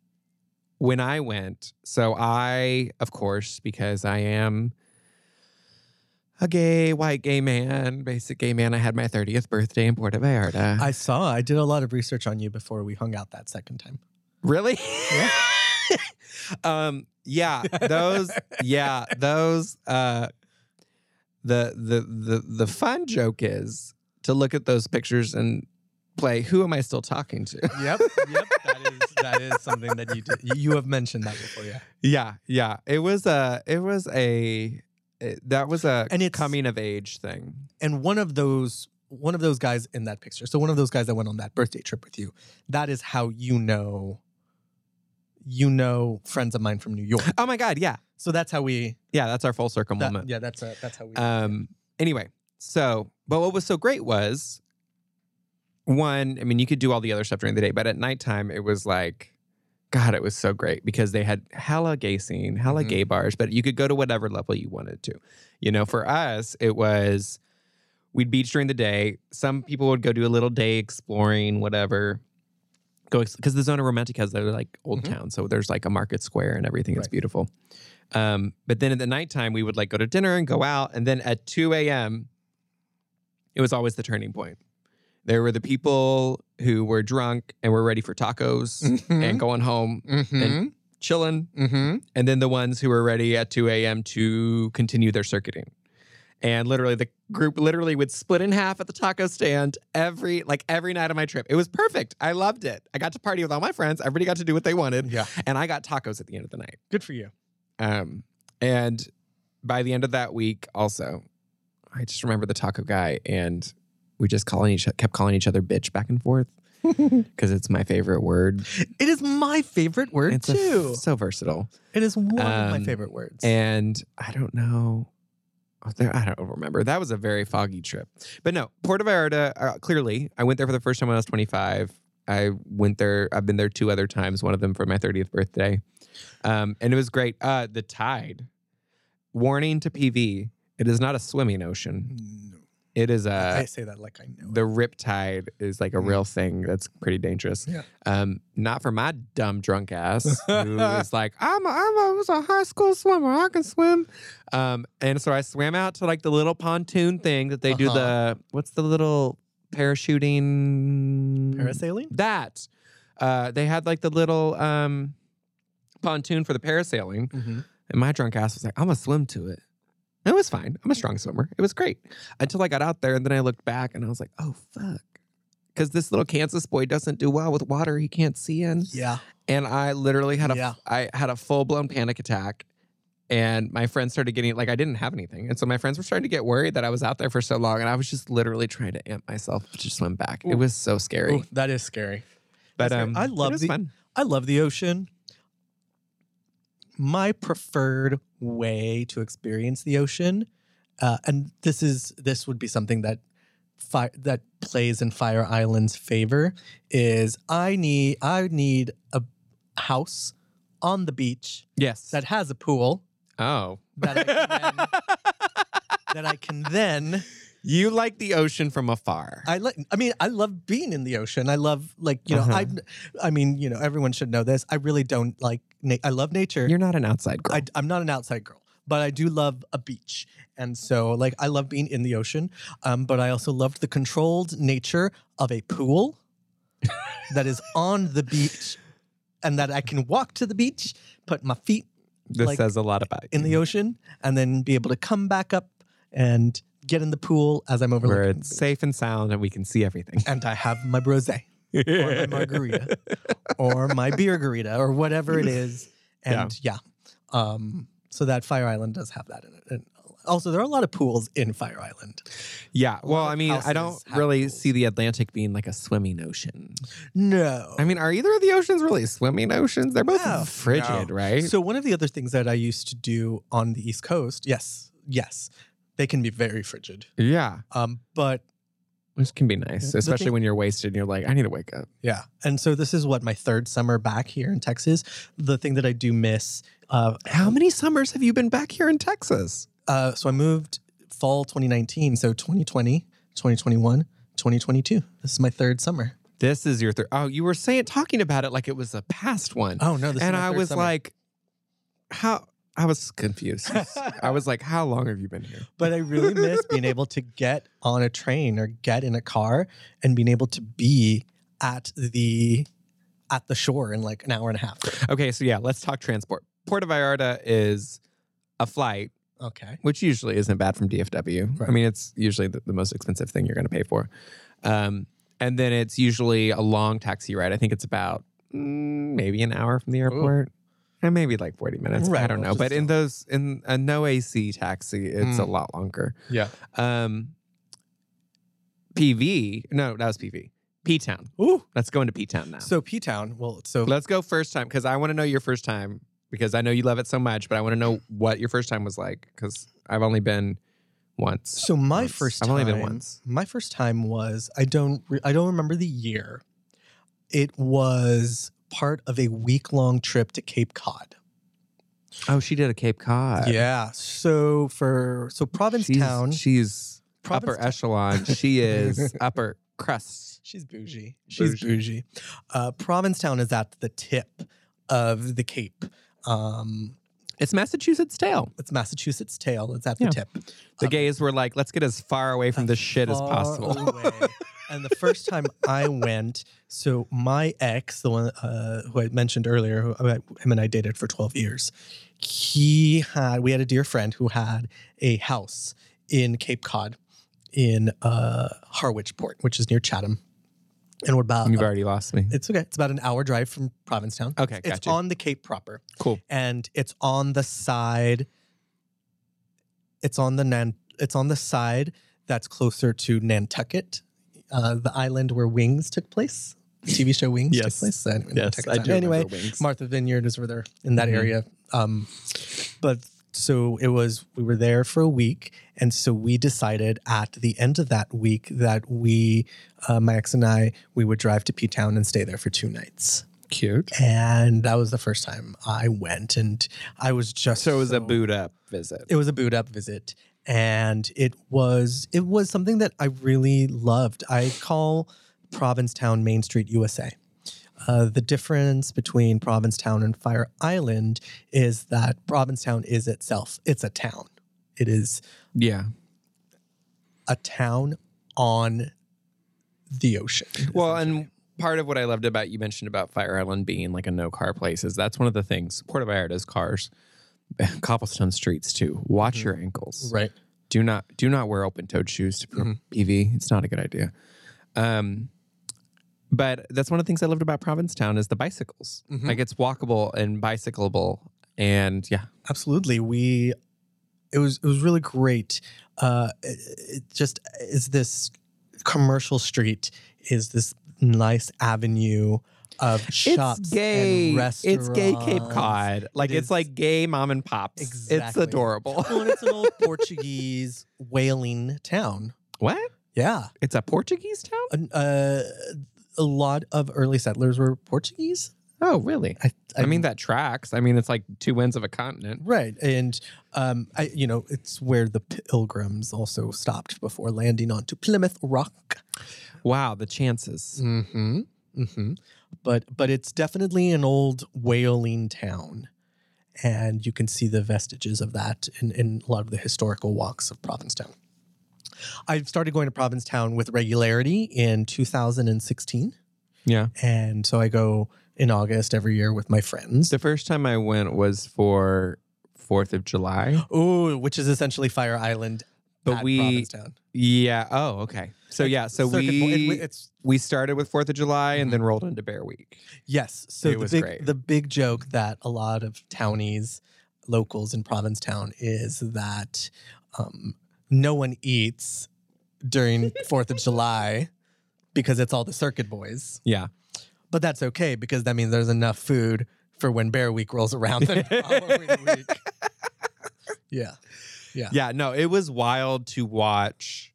S1: when I went, so I, of course, because I am a gay, white gay man, basic gay man, I had my 30th birthday in Puerto Vallarta.
S3: I saw. I did a lot of research on you before we hung out that second time.
S1: Really? um yeah, those yeah, those uh the the the the fun joke is to look at those pictures and play who am I still talking to?
S3: Yep. Yep. That is that is something that you did. You, you have mentioned that before, yeah.
S1: yeah, yeah. It was a it was a it- that was a
S3: And it's-
S1: coming of age thing.
S3: and one of those one of those guys in that picture so one of those guys that went on that birthday trip with you that is how you know you know friends of mine from new york
S1: Oh my god, yeah.
S3: so that's how we
S1: Yeah, that's our full circle
S3: that-
S1: moment.
S3: yeah that's a, that's how we
S1: Um, anyway, so, but what was so great was one, I mean, you could do all the other stuff during the day, but at nighttime, it was like, God, it was so great because they had hella gay scene, hella
S3: Mhm.
S1: gay bars, but you could go to whatever level you wanted to. You know, for us, it was we'd beach during the day. Some people would go do a little day exploring, whatever. Go because the Zona Romantica has their like old
S3: Mhm.
S1: town, so there's like a market square and everything. It's
S3: Right.
S1: beautiful. Um, but then at the nighttime, we would like go to dinner and go out. And then at 2 a.m., it was always the turning point. There were the people who were drunk and were ready for tacos
S3: Mm-hmm.
S1: and going home, and- chilling. And then the ones who were ready at 2 a.m. to continue their circuiting. And literally, the group literally would split in half at the taco stand every like every night of my trip. It was perfect. I loved it. I got to party with all my friends. Everybody got to do what they wanted,
S3: yeah
S1: and I got tacos at the end of the night.
S3: good for you
S1: Um, and by the end of that week, also, I just remember the taco guy, and we just calling each kept calling each other bitch back and forth. because it's my favorite word.
S3: It is my favorite word
S1: It's a f-
S3: too.
S1: so versatile.
S3: it is one of my
S1: Um,
S3: favorite words.
S1: And I don't know. oh, There, I don't remember. That was a very foggy trip. But no, Puerto Vallarta, uh, clearly, I went there for the first time when I was 25. I went there, I've been there two other times, one of them for my 30th birthday. Um, and it was great. Uh, the tide. Warning to PV it is not a swimming ocean,
S3: No.
S1: it is a
S3: I say that like I know.
S1: uh, the rip tide is like a real thing that's pretty dangerous.
S3: Mm-hmm. Yeah.
S1: Um, not for my dumb drunk ass who is like, I'm a, I'm a, I was a high school swimmer. I can swim. Um, and so I swam out to like the little pontoon thing that they do
S3: Uh-huh.
S1: the what's the little parachuting
S3: it. Parasailing?
S1: that. Uh, they had like the little um pontoon for the parasailing. And my drunk ass was like, I'm gonna swim to it. And it was fine. I'm a strong swimmer. It was great. Until I got out there and then I looked back and I was like, oh fuck. Cause this little Kansas boy doesn't do well with water he can't see in.
S3: Yeah.
S1: And I literally had a
S3: Yeah.
S1: I had a full blown panic attack. And my friends started getting like I didn't have anything. And so my friends were starting to get worried that I was out there for so long. And I was just literally trying to amp myself to swim back. It
S3: Ooh.
S1: was so scary.
S3: Ooh, that is scary.
S1: But
S3: That's
S1: um,
S3: fair. I love
S1: it was
S3: the-
S1: fun.
S3: I love the ocean. My preferred way to experience the ocean, uh, and this is this would be something that fire that plays in Fire Island's favor is I need I need a house on the beach
S1: Yes.
S3: that has a pool
S1: oh,
S3: that I can then, that I can then
S1: you like the ocean from afar.
S3: I like. I mean, I love being in the ocean. I love like you know.
S1: Uh-huh.
S3: I, I mean, you know, everyone should know this. I really don't like. Na- I love nature.
S1: You're not an outside girl.
S3: I, am not an outside girl, but I do love a beach, and so like I love being in the ocean. Um, but I also loved the controlled nature of a pool that is on the beach, and that I can walk to the beach, put my feet
S1: this
S3: like,
S1: says a lot about
S3: in the
S1: you.
S3: ocean, and then be able to come back up and get in the pool as I'm overlooking.
S1: where
S3: the
S1: it's
S3: beach.
S1: safe and sound and we can see everything.
S3: and I have my brosé. or my margarita or my beer garita or whatever it is.
S1: Yeah.
S3: And yeah. Um, so that Fire Island does have that in it. And also, there are a lot of pools in Fire Island.
S1: yeah. Well,
S3: lot
S1: I
S3: of
S1: mean, I don't
S3: houses have
S1: really
S3: pools.
S1: see the Atlantic being like a swimming ocean.
S3: No.
S1: I mean, are either of the oceans really swimming oceans? They're both
S3: Oh, No.
S1: frigid, right?
S3: so, one of the other things that I used to do on the East Coast, yes, yes, they can be very frigid.
S1: yeah.
S3: Um, but
S1: Which can be nice,
S3: The
S1: especially
S3: thing-
S1: when you're wasted and you're like, I need to wake up.
S3: yeah. And so, this is what my third summer back here in Texas. The thing that I do miss uh,
S1: How many summers have you been back here in Texas?
S3: Uh, so I moved fall 2019. So 2020, 2021, 2022. This is my third summer.
S1: This is your third. Oh, you were saying talking about it like it was a past one.
S3: Oh no, this
S1: and
S3: is my
S1: I
S3: third
S1: was
S3: summer.
S1: like, how? I was confused. I was like, how long have you been here?
S3: but I really miss being able to get on a train or get in a car and being able to be at the at the shore in like an hour and a half.
S1: Okay, so yeah, let's talk transport. Puerto Vallarta is a flight,
S3: Okay.
S1: which usually isn't bad from DFW.
S3: Right.
S1: I mean, it's usually the, the most expensive thing you're going to pay for. Um, and then it's usually a long taxi ride. I think it's about mm, maybe an hour from the airport. And maybe like 40 minutes. I
S3: Right,
S1: don't know. But
S3: well, just Hmm.
S1: in
S3: so-
S1: those, in a no AC taxi, it's a lot longer.
S3: Yeah.
S1: Um, PV, no, that was PV. P Town.
S3: Ooh.
S1: Let's go into P Town now.
S3: So P Town. Well, so
S1: Let's go first time because I want to know your first time because I know you love it so much, but I want to know what your first time was like because I've only been once.
S3: so my
S1: Once.
S3: first
S1: I've
S3: time
S1: only been once.
S3: My first time was I don't re- I don't remember the year. It was part of a week long trip to Cape Cod.
S1: Oh, she did a Cape Cod.
S3: Yeah. So for so
S1: she's,
S3: Provincetown,
S1: She's
S3: Provincetown-
S1: upper echelon. She is upper crust.
S3: She's bougie. She's
S1: Bougie.
S3: bougie. Uh, Provincetown is at the tip of the Cape. Um,
S1: It's Massachusetts tail.
S3: it's Massachusetts tail. It's at the
S1: Yeah.
S3: tip.
S1: The
S3: Um,
S1: gays were like, let's get as far away from this shit as
S3: far
S1: possible.
S3: away. and the first time I went, so my ex, the one uh, who I mentioned earlier, who I, him and I dated for 12 years, he had, we had a dear friend who had a house in Cape Cod in uh, Harwich Port, which is near Chatham. And we're about,
S1: You've already lost me.
S3: it's okay. It's about an hour drive from Provincetown.
S1: Okay,
S3: It's
S1: gotcha.
S3: on the Cape proper
S1: cool.
S3: and it's on the side it's on the Nan, it's on the side that's closer to Nantucket, uh, the island where Wings took place. the TV show Wings took
S1: Yes.
S3: place. I don't even know what
S1: Yes,
S3: took
S1: I
S3: place.
S1: do
S3: Anyway,
S1: remember Wings.
S3: Martha Vineyard is where they're in that
S1: Mhm.
S3: area. Um, but so it was, we were there for a week. And so we decided at the end of that week that we, uh, my ex and I, we would drive to P Town and stay there for two nights.
S1: Cute.
S3: And that was the first time I went. And I was just
S1: So it was a boot up visit.
S3: it was a boot up visit and it was it was something that i really loved i call provincetown main street usa uh, the difference between provincetown and fire island is that provincetown is itself it's a town it is
S1: yeah.
S3: a town on the ocean
S1: Well, and part of what I loved about you mentioned about Fire Island being like a no car place is that's one of the things. Puerto Vallarta's cars, cobblestone streets too. Watch your ankles.
S3: Mm-hmm. right Mm-hmm.
S1: Do not do not wear open toed shoes to perform PV. It's not a good idea. Um, but that's one of the things I loved about Provincetown is the bicycles.
S3: Mm-hmm.
S1: Like it's walkable and bicyclable, and yeah,
S3: absolutely we it was it was really great uh it, it just is this commercial street is this nice avenue of shops
S1: it's gay.
S3: and
S1: It's
S3: restaurants
S1: gay Cape Cod. Like
S3: It
S1: it's
S3: is-
S1: like gay mom and pops. It's
S3: Exactly.
S1: adorable.
S3: well, and it's an old portuguese whaling town
S1: what?
S3: yeah
S1: It's a Portuguese town?
S3: An- uh, a lot of early settlers were portuguese
S1: Oh, really?
S3: i,
S1: I, mean, that tracks. I mean, it's like two ends of a continent.
S3: Right, and um, I, you know, it's where the Pilgrims also stopped before landing onto Plymouth Rock.
S1: Wow, the chances.
S3: Mm-hmm. Mm-hmm. But but it's definitely an old whaling town. And you can see the vestiges of that in, in a lot of the historical walks of Provincetown. I started going to Provincetown with regularity in 2016.
S1: Yeah.
S3: And so I go in August every year with my friends.
S1: The first time I went was for Fourth of July.
S3: Ooh, which is essentially Fire Island.
S1: But
S3: at
S1: we-
S3: Provincetown.
S1: Yeah. Oh, okay. So yeah, so
S3: Circuit bo- it-
S1: we
S3: it's
S1: we started with Fourth of July and then rolled into Bear Week.
S3: Yes. So
S1: It
S3: the
S1: was
S3: big
S1: great.
S3: the big joke that a lot of townies, locals in Provincetown is that um, no one eats during Fourth of July because it's all the circuit boys.
S1: Yeah.
S3: But that's okay because that means there's enough food for when Bear Week rolls around the following week. Yeah.
S1: Yeah. No, it was wild to watch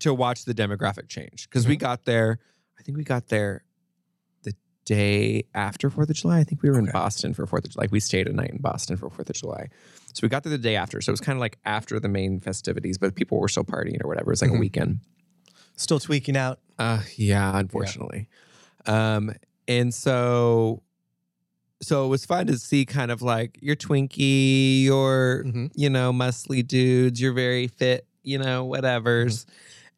S1: to watch the demographic change because we got there. I think we got there the day after Fourth of July. I think we were in
S3: Okay.
S1: Boston for Fourth of July. Like we stayed a night in Boston for Fourth of July. So we got there the day after. So it was kind of like after the main festivities, but people were still partying or whatever. It's like
S3: Mhm.
S1: a weekend.
S3: Still tweaking out.
S1: Mm-hmm. Uh, yeah, unfortunately. Um, and so, so it was fun to see kind of like your Twinkie, your
S3: Mhm.
S1: you know muscly dudes, your very fit, you know whatever's,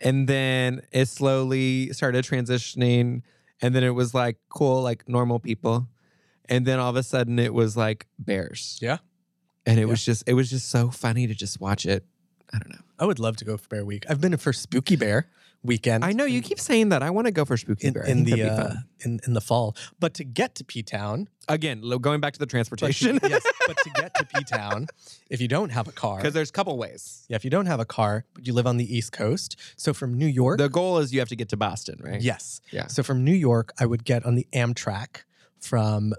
S1: and then it slowly started transitioning, and then it was like cool, like normal people, and then all of a sudden it was like bears.
S3: Yeah.
S1: and it
S3: Yeah.
S1: was just it was just so funny to just watch it. I don't know.
S3: I would love to go for Bear Week. I've been for Spooky Bear weekend.
S1: I know you keep saying that. I want to go for spooky
S3: in,
S1: bear I
S3: in
S1: think that'd be
S3: the uh,
S1: fun.
S3: in, in the fall. But to get to P Town,
S1: again lo- going back to the
S3: But to-
S1: transportation
S3: yes, but to get to P Town, if you don't have a car,
S1: because there's a couple ways
S3: yeah, if you don't have a car, but you live on the East Coast, so from New York,
S1: the goal is you have to get to boston right
S3: yes,
S1: Yeah.
S3: so from New York, I would get on the Amtrak from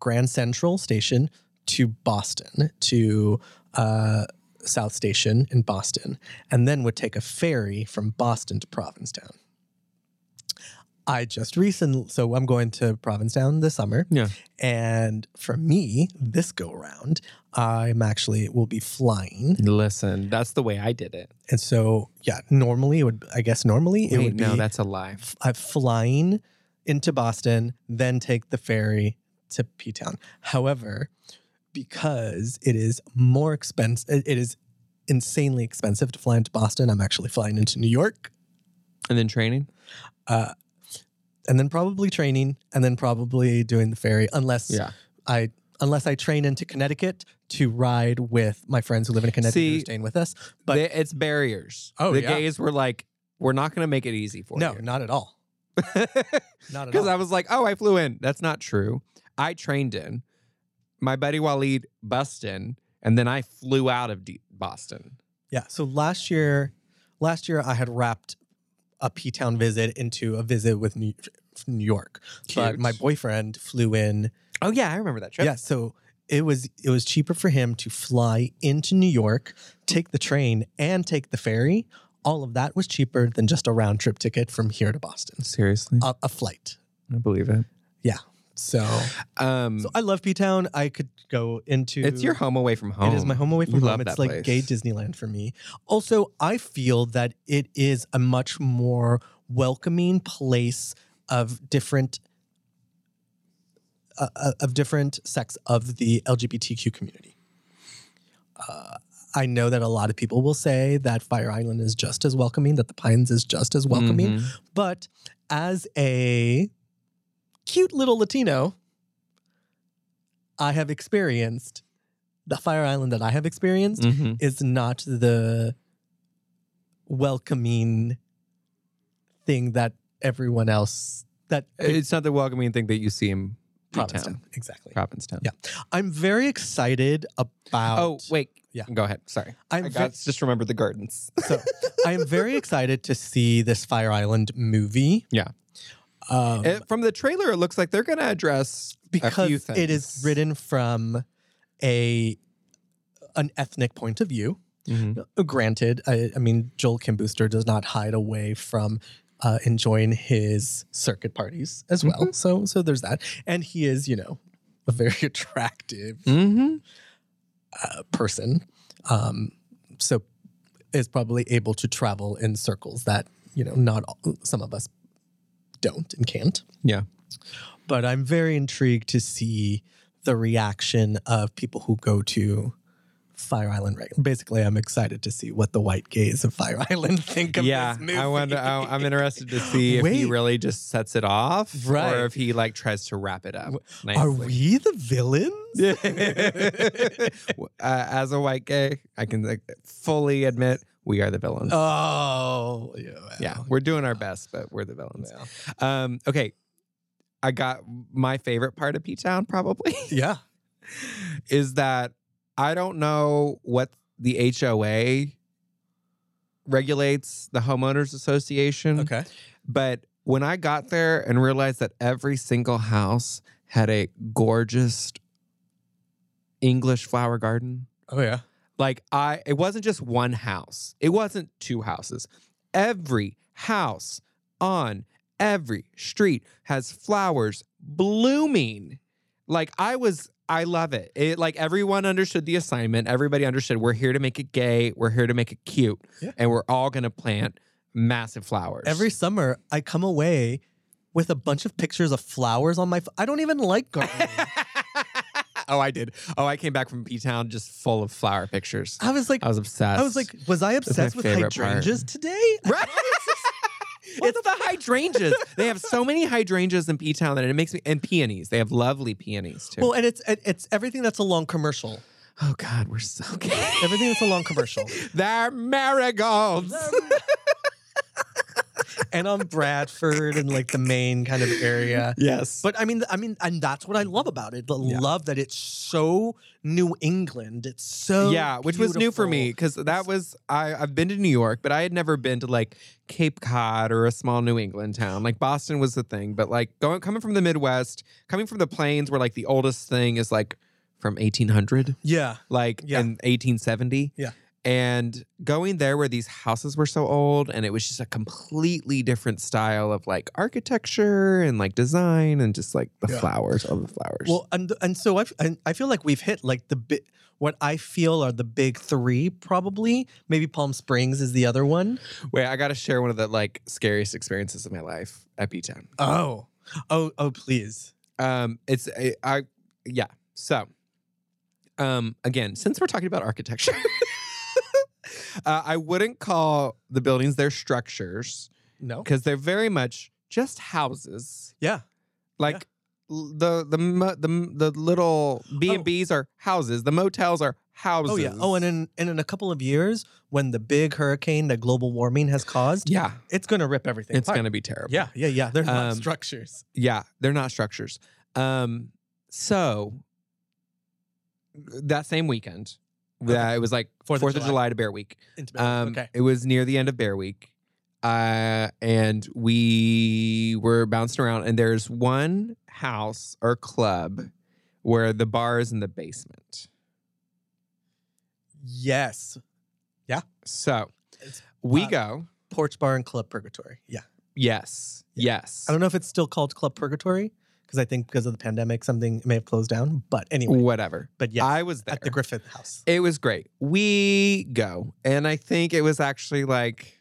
S3: Grand Central Station to Boston to uh, South Station in Boston, and then would take a ferry from Boston to Provincetown. I just recently, so I'm going to Provincetown this summer.
S1: Yeah.
S3: And for me, this go round, I'm actually will be flying.
S1: listen that's the way i did it
S3: And so, yeah, normally it would, I guess normally it
S1: Wait,
S3: would be
S1: no that's a lie
S3: f- uh, flying into Boston, then take the ferry to P Town. However, because it is more expensive, it is insanely expensive to fly into Boston. I'm actually flying into New York
S1: and then training
S3: uh, and then probably training and then probably doing the ferry unless I unless I train into Connecticut to ride with my friends who live in Connecticut who are
S1: See,
S3: staying with us.
S1: but
S3: But
S1: it's barriers
S3: Oh,
S1: the
S3: yeah.
S1: gays were like we're not going to make it easy for
S3: no,
S1: you
S3: not at all. Not at
S1: because
S3: all.
S1: i was like oh i flew in that's not true i trained in my buddy waleed bussed in and then i flew out of D- boston
S3: yeah. So last year, last year I had wrapped a P town visit into a visit with New, New York. But
S1: Cute.
S3: my boyfriend flew in.
S1: Oh yeah, I remember that trip.
S3: Yeah, so it was it was cheaper for him to fly into New York, take the train, and take the ferry. All of that was cheaper than just a round trip ticket from here to Boston.
S1: Seriously,
S3: A, a flight.
S1: I believe it.
S3: So,
S1: Um,
S3: so I love P Town. I could go into
S1: it's your home away from home.
S3: It is my home away
S1: You
S3: from
S1: love
S3: home. It's
S1: that
S3: like
S1: place.
S3: gay Disneyland for me. Also, I feel that it is a much more welcoming place of different uh, uh, of different sects of the LGBTQ community. Uh, I know that a lot of people will say that Fire Island is just as welcoming, that the Pines is just as welcoming,
S1: Mhm.
S3: but as a cute little Latino, I have experienced the Fire Island that I have experienced
S1: Mhm.
S3: is not the welcoming thing that everyone else that
S1: It's not the welcoming thing that you see in
S3: Provincetown.
S1: Provincetown.
S3: Exactly.
S1: Provincetown.
S3: Yeah. I'm very excited about.
S1: Oh wait.
S3: Yeah.
S1: Go ahead. Sorry.
S3: I'm
S1: I
S3: ve-
S1: got, just remember the gardens.
S3: so I am very excited to see this Fire Island movie.
S1: Yeah.
S3: Um,
S1: It- from the trailer, it looks like they're going to address few
S3: because it is
S1: things.
S3: written from a an ethnic point of view.
S1: Mhm.
S3: Granted, I, I mean Joel Kim Booster does not hide away from uh, enjoying his circuit parties as
S1: Mm-hmm.
S3: well. So so there's that, and he is you know a very attractive
S1: Mhm.
S3: uh, person, um, so is probably able to travel in circles that you know not all, some of us don't and can't
S1: Yeah.
S3: but I'm very intrigued to see the reaction of people who go to Fire Island. Right, basically, I'm excited to see what the white gays of Fire Island think of
S1: yeah,
S3: this movie.
S1: I wonder. I, I'm interested to see if
S3: Wait.
S1: he really just sets it off,
S3: Right.
S1: or if he like tries to wrap it up.
S3: Are
S1: Nicely.
S3: we the villains?
S1: uh, as a white gay, I can like, fully admit we are the villains.
S3: Oh, yeah.
S1: yeah, we're doing our best, but we're the villains.
S3: Yeah.
S1: Um, okay, I got my favorite part of P Town probably
S3: Yeah.
S1: is that I don't know what the HOA regulates, the homeowners association.
S3: Okay.
S1: But when I got there and realized that every single house had a gorgeous English flower garden,
S3: Oh yeah.
S1: like I, it wasn't just one house, it wasn't two houses. Every house on every street has flowers blooming. Like I was, I love it. It like everyone understood the assignment. Everybody understood we're here to make it gay, we're here to make it cute,
S3: Yeah.
S1: and we're all gonna plant massive flowers.
S3: Every summer, I come away with a bunch of pictures of flowers on my. F- I don't even like gardening.
S1: oh, I did. Oh, I came back from P Town just full of flower pictures.
S3: I was like,
S1: I was obsessed.
S3: I was like, was I
S1: my
S3: obsessed with
S1: favorite part.
S3: hydrangeas today?
S1: right? it's the hydrangeas. they have so many hydrangeas in P Town that it makes me and peonies. They have lovely peonies too.
S3: Well, and it's it- it's everything that's a long commercial.
S1: oh God, we're so gay.
S3: Everything that's a long commercial.
S1: They're marigolds.
S3: and on Bradford and like the main kind of area.
S1: Yes.
S3: But I mean, I mean, and that's what I love about it. The
S1: Yeah.
S3: love that it's so New England. It's so
S1: yeah, which was new for me
S3: beautiful.
S1: because that was I, I've been to New York, but I had never been to like Cape Cod or a small New England town. Like Boston was the thing, but like going coming from the Midwest, coming from the plains where like the oldest thing is like from 1800,
S3: Yeah.
S1: like
S3: Yeah.
S1: in 1870.
S3: Yeah.
S1: And going there where these houses were so old and it was just a completely different style of like architecture and like design and just like the
S3: Yeah.
S1: flowers, all the flowers.
S3: Well, and and so I and I feel like we've hit like the bit. What I feel are the big three, probably. Maybe Palm Springs is the other one.
S1: Wait, I got to share one of the like scariest experiences of my life at B Town.
S3: Oh, oh, oh! Please.
S1: Um, it's I, I yeah. So, um, again, since we're talking about architecture, uh, I wouldn't call the buildings their structures
S3: No.
S1: because they're very much just houses.
S3: Yeah.
S1: Like l- the the mo- the m- the little B
S3: Oh.
S1: and B's are houses. The motels are houses.
S3: Oh yeah. Oh, and in and in a couple of years, when the big hurricane that global warming has caused,
S1: yeah,
S3: it's gonna rip everything.
S1: it's
S3: apart.
S1: gonna be terrible.
S3: Yeah, yeah, yeah. They're not
S1: Um,
S3: structures.
S1: Yeah, they're not structures. Um, so that same weekend,
S3: Okay.
S1: that it was like
S3: Fourth
S1: Fourth,
S3: of
S1: of, July.
S3: July.
S1: to Bear Week.
S3: Intimate.
S1: Um,
S3: okay.
S1: It was near the end of Bear Week. uh, and we were bouncing around. And there's one house or club where the bar is in the basement.
S3: Yes.
S1: So
S3: It's,
S1: we
S3: uh,
S1: go.
S3: Porch Bar and Club Purgatory. Yeah.
S1: Yes, yes.
S3: I don't know if it's still called Club Purgatory because I think because of the pandemic, something may have closed down. But anyway,
S1: Whatever.
S3: but yeah,
S1: I was there.
S3: at the Griffith House.
S1: It was great. We go. And I think it was actually like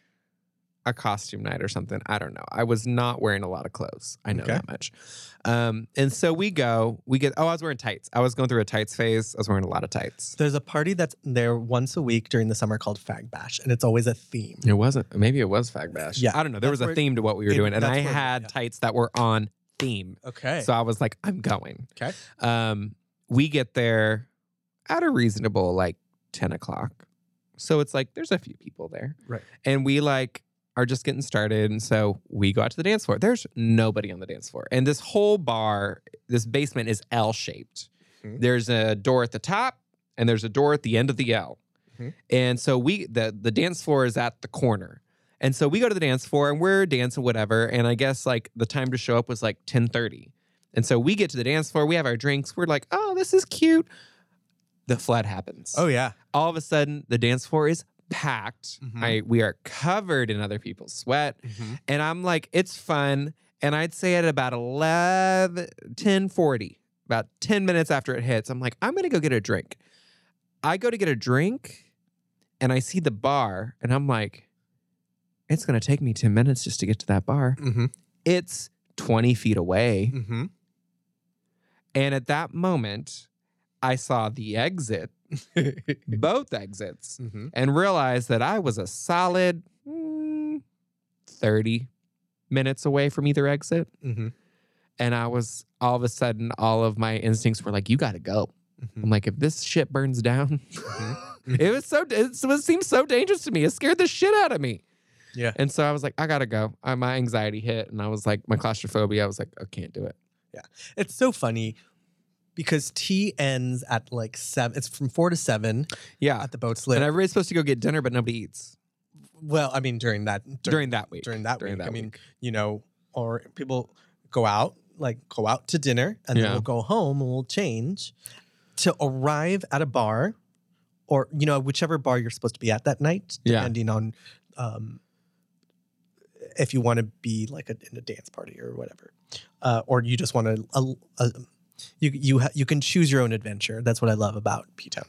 S1: a costume night or something. I don't know. I was not wearing a lot of clothes. I know
S3: Okay.
S1: that much. Um, and so we go, we get, oh, I was wearing tights. I was going through a tights phase. I was wearing a lot of tights.
S3: There's a party that's there once a week during the summer called Fag Bash, and it's always a theme.
S1: It wasn't, maybe it was Fag Bash.
S3: Yeah.
S1: I don't know. There was
S3: That's
S1: a
S3: where-
S1: theme to what we were
S3: it-
S1: doing. And
S3: that's
S1: I
S3: where-
S1: had
S3: yeah.
S1: tights that were on theme.
S3: Okay.
S1: So I was like, I'm going.
S3: okay.
S1: Um, we get there at a reasonable like 10 o'clock. So it's like there's a few people there.
S3: Right.
S1: And we like are just getting started. And so we go out to the dance floor. There's nobody on the dance floor. And this whole bar, this basement is L shaped.
S3: Mhm.
S1: There's a door at the top and there's a door at the end of the L.
S3: Mhm.
S1: And so we the the dance floor is at the corner. And so we go to the dance floor and we're dancing whatever. And I guess like the time to show up was like 1030. And so we get to the dance floor, we have our drinks, we're like, oh, this is cute. The flood happens.
S3: Oh yeah.
S1: All of a sudden, the dance floor is packed.
S3: Mhm.
S1: I we are covered in other people's sweat. And I'm like, it's fun. And I'd say at about 11, 1040, about 10 minutes after it hits, I'm like, I'm going to go get a drink. I go to get a drink and I see the bar and I'm like, it's going to take me 10 minutes just to get to that bar.
S3: Mm-hmm.
S1: It's 20 feet away.
S3: Mm-hmm.
S1: And at that moment, I saw the exit, both exits,
S3: Mm-hmm.
S1: and realized that I was a solid mm, 30 minutes away from either exit.
S3: Mm-hmm.
S1: And I was all of a sudden, all of my instincts were like, you got to go. I'm like, if this shit burns down,
S3: Mm-hmm.
S1: it was so, it, was, seemed so dangerous to me. It scared the shit out of me.
S3: Yeah.
S1: And so I was like, I got to go. I, my anxiety hit and I was like, my claustrophobia, I was like, I can't do it.
S3: It's so funny because tea ends at like seven. It's from four to seven
S1: Yeah.
S3: at the boat
S1: Ah. And
S3: slip.
S1: everybody's supposed to go get dinner, but nobody eats
S3: well, I mean during that
S1: during that week.
S3: during that
S1: during
S3: week.
S1: that
S3: I mean,
S1: week.
S3: you know, or people go out like go out to dinner and
S1: Yeah.
S3: then we'll go home and we'll change to arrive at a bar or you know whichever bar you're supposed to be at that night,
S1: Yeah.
S3: depending on um, if you want to be like a, in a dance party or whatever, uh, or you just want to. Uh, uh, you you ha- you can choose your own adventure. That's what I love about P Town.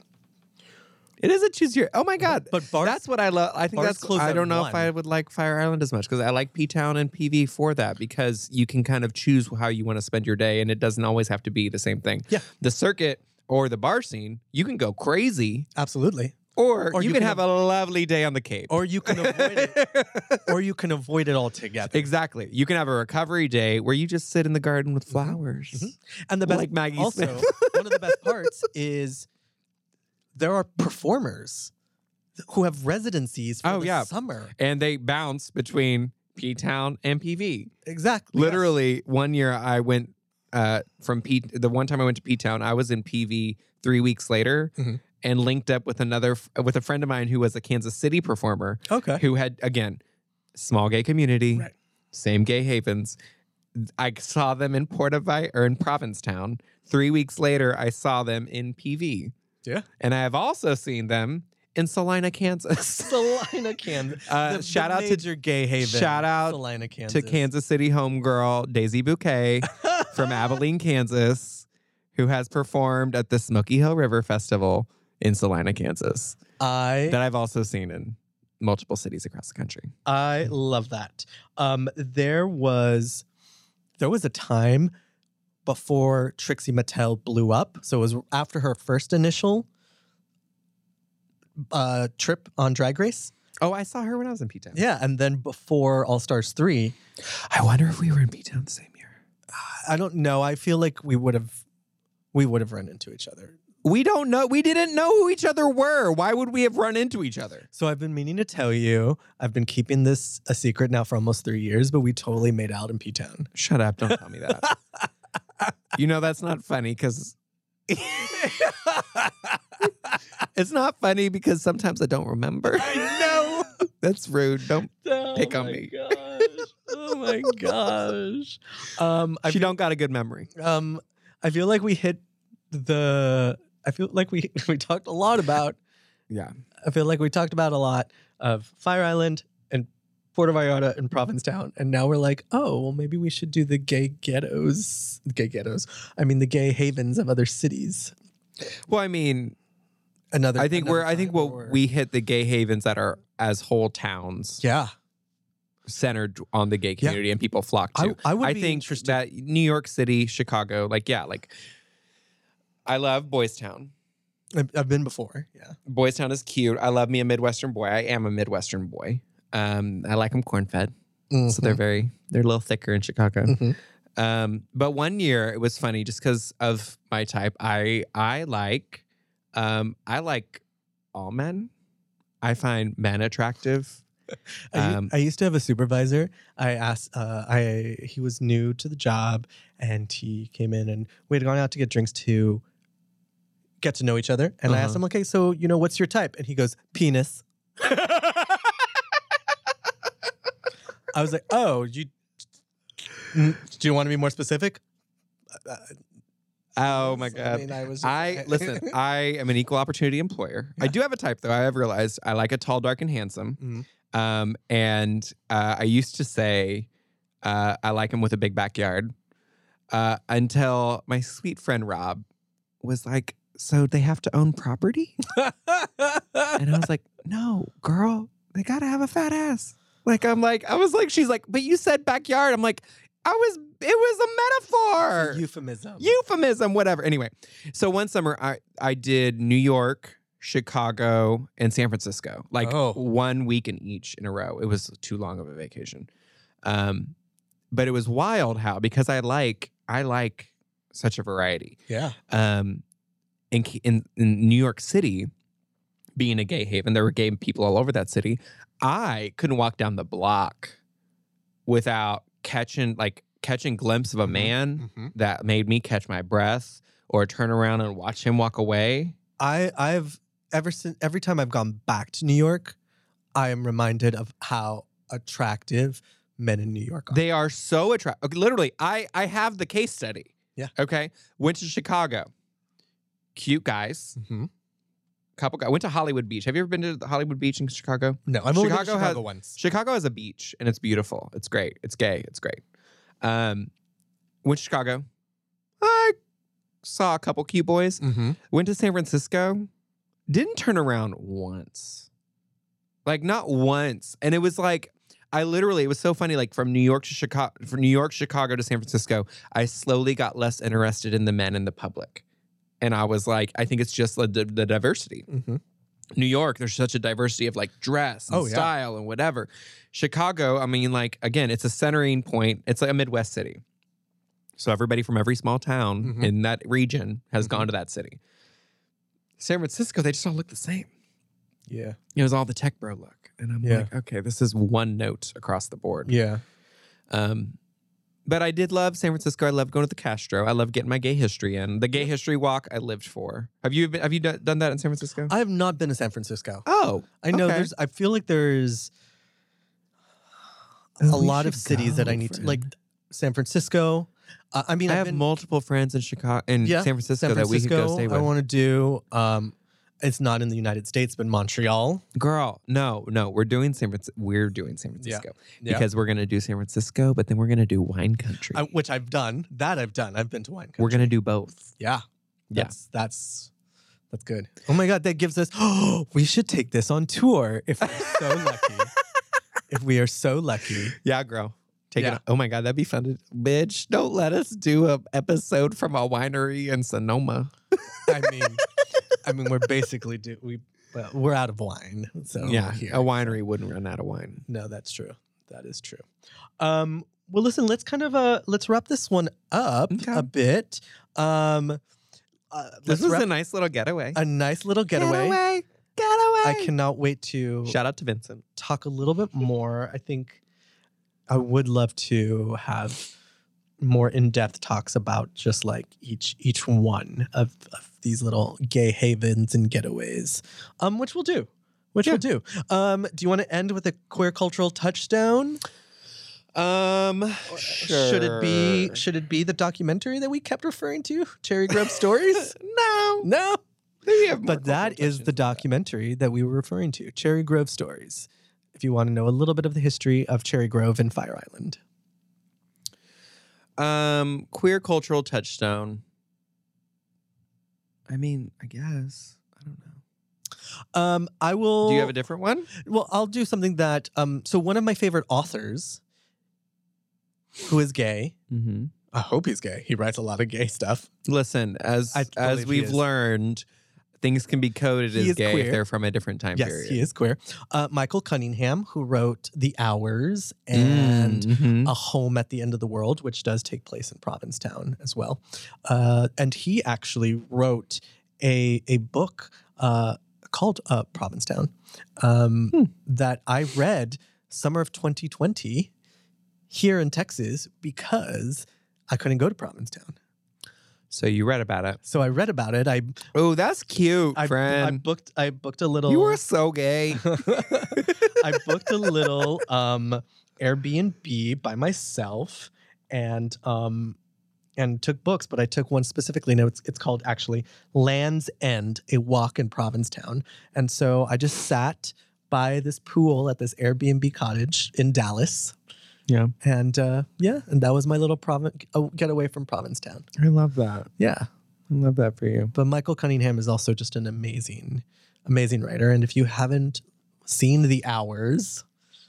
S1: It is a choose your. Oh my god,
S3: But bars-
S1: that's what I love. I think
S3: bars
S1: that's.
S3: close
S1: I
S3: at
S1: don't know if
S3: one.
S1: I would like Fire Island as much because I like P Town and PV for that because you can kind of choose how you want to spend your day and it doesn't always have to be the same thing.
S3: Yeah.
S1: the circuit or the bar scene, you can go crazy
S3: Absolutely.
S1: or,
S3: Or
S1: you,
S3: you
S1: can,
S3: can
S1: have a lovely day on the Cape.
S3: Or you can avoid it. Or you can avoid it altogether.
S1: exactly, you can have a recovery day where you just sit in the garden with flowers.
S3: mhm. And the best
S1: Like Maggie
S3: also
S1: Smith.
S3: one of the best parts is there are performers who have residencies for
S1: Oh,
S3: the
S1: yeah.
S3: summer.
S1: And they bounce between P Town and PV.
S3: Exactly. yes.
S1: Literally, one year I went uh, from P. The one time I went to P Town, I was in PV three weeks later,
S3: Mhm.
S1: and linked up with another f- with a friend of mine who was a Kansas City performer
S3: Okay.
S1: who had again small gay community,
S3: Right.
S1: same gay havens. I saw them in Puerto Vi or in Provincetown. Three weeks later, I saw them in PV,
S3: Yeah.
S1: and I have also seen them in Salina, Kansas.
S3: Salina, Kansas.
S1: Uh, shout out to
S3: your gay haven.
S1: shout out
S3: Salina, Kansas.
S1: to Kansas City homegirl Daisy Bouquet from Abilene, Kansas, who has performed at the Smoky Hill River Festival in Salina, Kansas,
S3: I
S1: that I've also seen in multiple cities across the country.
S3: I love that. Um, there was there was a time before Trixie Mattel blew up. So it was after her first initial uh, trip on Drag Race.
S1: Oh, I saw her when I was in P Town.
S3: Yeah, and then before All Stars three,
S1: I wonder if we were in P Town the same year.
S3: I don't know. I feel like we would have we would have run into each other.
S1: We don't know. We didn't know who each other were. Why would we have run into each other?
S3: So I've been meaning to tell you. I've been keeping this a secret now for almost three years, but we totally made out in P Town.
S1: Shut up. Don't tell me that. you know, that's not funny because it's not funny because sometimes I don't remember.
S3: I know.
S1: That's rude. Don't Pick on me.
S3: Gosh. Oh my gosh. Um, I
S1: she don't got a good memory.
S3: um I feel like we hit the I feel like we we talked a lot about
S1: Yeah.
S3: I feel like we talked about a lot of Fire Island and Puerto Vallarta and Provincetown and now we're like, oh, well maybe we should do the gay ghettos, gay ghettos. I mean the gay havens of other cities.
S1: Well, I mean,
S3: Another
S1: I think
S3: another
S1: we're I think
S3: time
S1: what
S3: where-
S1: we hit the gay havens that are as whole towns
S3: Yeah.
S1: centered on the gay community and people flock
S3: I-
S1: to.
S3: I would be
S1: think
S3: interested-
S1: that New York City, Chicago, like yeah, like I love Boys Town.
S3: I've, I've been before. Yeah.
S1: Boys Town is cute. I love me a Midwestern boy. I am a Midwestern boy. Um, I like them corn fed, so
S3: Mm-hmm.
S1: they're very they're a little thicker in Chicago.
S3: Mhm.
S1: Um, but one year it was funny just because of my type. I I like um, I like all men. I find men attractive.
S3: I, u-
S1: Um,
S3: I used to have a supervisor. I asked, uh, I he was new to the job, and he came in, and we had gone out to get drinks to get to know each other. And I asked
S1: Uh-huh.
S3: him, okay, so you know, what's your type? And he goes, penis. I was like, oh, you n- do you want to be more specific? Uh,
S1: Oh my
S3: I
S1: god.
S3: mean, I was.
S1: I listen. I am an equal opportunity employer. I
S3: Yeah.
S1: do have a type, though. I have realized I like a tall, dark, and handsome. Um, and uh, I used to say uh, I like him with a big backyard uh, until my sweet friend Rob was like, "So they have to own property?" and I was like, "No, girl, they gotta have a fat ass." Like I'm like I was like she's like, "But you said backyard." I'm like, "I was. It was a metaphor."
S3: euphemism.
S1: euphemism, whatever. Anyway, so one summer I I did New York, Chicago, and San Francisco, like
S3: Oh.
S1: one week in each in a row. It was too long of a vacation, um, but it was wild how because I like I like such a variety.
S3: yeah.
S1: Um, in K- in, in New York City, being a gay haven, there were gay people all over that city. I couldn't walk down the block without catching like catching glimpse of a
S3: Mhm.
S1: man that made me catch my breath or turn around and watch him walk away.
S3: I I've ever since every time I've gone back to New York, I am reminded of how attractive men in New York are.
S1: They are so attractive. Okay, literally, I I have the case study.
S3: Yeah.
S1: Okay. Went to Chicago. Cute guys.
S3: Mhm.
S1: Couple guys. Went to Hollywood Beach. Have you ever been to the Hollywood Beach in Chicago?
S3: No, I've only been to
S1: Chicago has-
S3: Chicago once.
S1: Chicago has a beach and it's beautiful. It's great. It's gay. It's great. Um, went to Chicago. I saw a couple cute boys.
S3: Mm-hmm.
S1: Went to San Francisco, didn't turn around once. Like not once. And it was like I literally it was so funny like from New York to Chicago from New York Chicago to San Francisco, I slowly got less interested in the men in the public. And I was like I think it's just the, the diversity.
S3: Mm-hmm.
S1: New York, there's such a diversity of like dress and
S3: Oh, yeah.
S1: style and whatever. Chicago, I mean, like again, it's a centering point. It's like a Midwest city, so everybody from every small town
S3: Mhm.
S1: in that region has
S3: Mhm.
S1: gone to that city. San Francisco, they just all look the same.
S3: Yeah.
S1: It was all the tech bro look, and I'm
S3: Yeah.
S1: like, okay, this is one note across the board.
S3: Yeah.
S1: Um, but I did love San Francisco. I loved going to the Castro. I love getting my gay history in. The gay history walk I lived for. Have you been, have you done done that in San Francisco?
S3: I have not been to San Francisco.
S1: oh,
S3: I know
S1: okay.
S3: there's I feel like there's a
S1: Oh, we
S3: lot of
S1: should
S3: cities that
S1: go,
S3: I need to
S1: friend.
S3: like San Francisco. Uh, I mean,
S1: I
S3: I've
S1: have
S3: been,
S1: multiple friends in Chicago in
S3: Yeah,
S1: San, Francisco
S3: San
S1: that we could
S3: Francisco.
S1: go stay with.
S3: I want to do. Um, it's not in the United States, but Montreal.
S1: Girl, no, no, we're doing San Francisco. We're doing San
S3: Yeah.
S1: Francisco
S3: Yeah.
S1: because we're gonna do San Francisco, but then we're gonna do wine country.
S3: I, uh, which I've done. That I've done. I've been to wine. Country.
S1: we're gonna do both.
S3: Yeah.
S1: Yeah.
S3: That's that's that's good. Oh my god, that gives us we should take this on tour if we're so lucky. If we are so lucky.
S1: Yeah, girl. Take
S3: Yeah.
S1: it. Oh my god, that'd be fun. To, bitch, don't let us do a episode from a winery in Sonoma.
S3: I mean I mean we're basically do we well, we're out of wine. So
S1: yeah,
S3: here.
S1: a winery wouldn't run out of wine.
S3: No, that's true. That is true. Um, well, listen, let's kind of uh, let's wrap this one up
S1: Okay.
S3: a bit. Um, uh,
S1: This
S3: let's
S1: was
S3: wrap
S1: a nice little getaway.
S3: a nice little getaway.
S1: Getaway.
S3: I
S1: Getaway.
S3: cannot wait to
S1: Shout out to Vincent.
S3: talk a little bit more. I think I would love to have more in-depth talks about just like each each one of, of these little gay havens and getaways, um, which we'll do. which
S1: Yeah.
S3: we'll do. Um, do you want to end with a queer cultural touchstone?
S1: Um,
S3: Should it be should it be the documentary that we kept referring to, Cherry Grove Stories?
S1: no?
S3: no.
S1: Maybe have more
S3: But that
S1: cultural
S3: is the
S1: touches.
S3: documentary that we were referring to, Cherry Grove Stories. If you want to know a little bit of the history of Cherry Grove and Fire Island.
S1: Um, queer cultural touchstone. I mean, I guess I don't know.
S3: Um, I will
S1: Do you have a different one?
S3: Well, I'll do something that um so one of my favorite authors who is gay.
S1: Mm-hmm.
S3: I hope he's gay. He writes a lot of gay stuff.
S1: Listen, as
S3: I believe
S1: as
S3: he
S1: we've
S3: is.
S1: learned, things can be coded
S3: He
S1: as
S3: is
S1: gay
S3: queer.
S1: if they're from a different time
S3: yes,
S1: period.
S3: he is queer. Uh, Michael Cunningham, who wrote The Hours and
S1: Mhm.
S3: A Home at the End of the World, which does take place in Provincetown as well. Uh, and he actually wrote a, a book uh, called uh, Provincetown um,
S1: Hmm.
S3: that I read summer of 2020 here in Texas because I couldn't go to Provincetown.
S1: so you read about it.
S3: So I read about it. I
S1: Oh, that's cute,
S3: I, I
S1: friend.
S3: booked I booked a little
S1: you are so gay.
S3: I booked a little um Airbnb by myself and um and took books, but I took one specifically. No, it's it's called actually Land's End, a walk in Provincetown. And so I just sat by this pool at this Airbnb cottage in Dallas.
S1: Yeah.
S3: And uh, yeah, and that was my little Provin- oh, getaway from Provincetown.
S1: I love that.
S3: Yeah.
S1: I love that for you.
S3: But Michael Cunningham is also just an amazing, amazing writer. And if you haven't seen The Hours,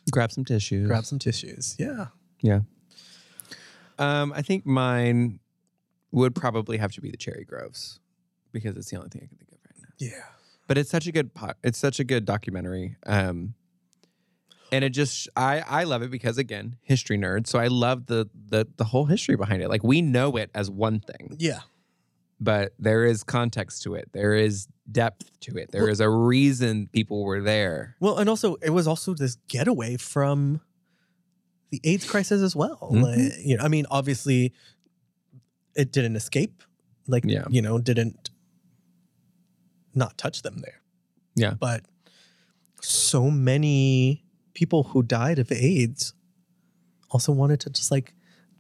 S1: Grab some tissues.
S3: grab some tissues. Yeah.
S1: Um, I think mine would probably have to be the cherry groves because it's the only thing I can think of right now.
S3: Yeah.
S1: But it's such a good po- it's such a good documentary. Um, and it just I I love it because again, history nerd. So I love the the the whole history behind it. Like we know it as one thing,
S3: Yeah.
S1: but there is context to it. There is depth to it. There is a reason people were there.
S3: Well, and also it was also this getaway from the AIDS crisis as well.
S1: Mhm.
S3: Like, you know, I mean, obviously it didn't escape, like,
S1: Yeah.
S3: you know, didn't not touch them there.
S1: Yeah.
S3: But so many people who died of AIDS also wanted to just like,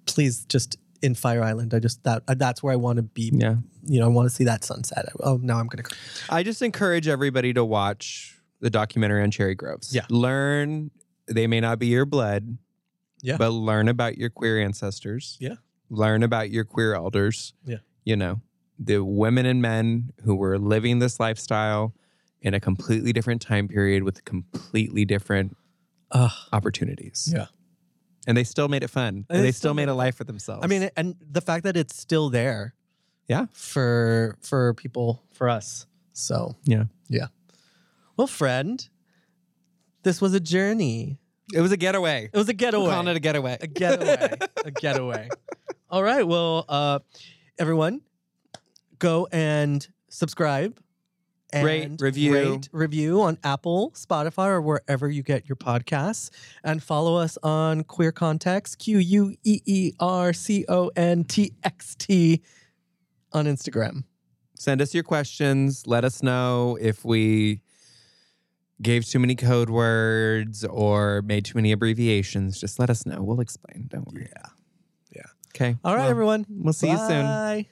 S3: please just in Fire Island. I just, that, that's where I want to be.
S1: Yeah.
S3: You know, I want to see that sunset. Oh, now I'm going to
S1: I just encourage everybody to watch the documentary on cherry groves.
S3: Yeah.
S1: Learn they may not be your blood.
S3: Yeah.
S1: But learn about your queer ancestors.
S3: Yeah.
S1: Learn about your queer elders.
S3: Yeah.
S1: You know, the women and men who were living this lifestyle in a completely different time period with completely different
S3: Ugh.
S1: opportunities.
S3: Yeah.
S1: And they still made it fun. And
S3: they
S1: they
S3: still
S1: still made a life for themselves.
S3: I mean, and the fact that it's still there,
S1: Yeah.
S3: for for people for us. So
S1: Yeah.
S3: yeah. Well, friend, this was a journey.
S1: it was a getaway.
S3: It was
S1: We're
S3: a getaway.
S1: calling it a getaway.
S3: a getaway. a getaway. All right. Well, uh, everyone, go and subscribe.
S1: Rate,
S3: and
S1: review.
S3: rate, review on Apple, Spotify, or wherever you get your podcasts. And follow us on Queer Context, Q U E E R C O N T X T, on Instagram.
S1: send us your questions. Let us know if we gave too many code words or made too many abbreviations. Just let us know. We'll explain. Don't worry.
S3: Yeah.
S1: Okay.
S3: All right,
S1: Well,
S3: everyone.
S1: We'll see you soon.
S3: Bye.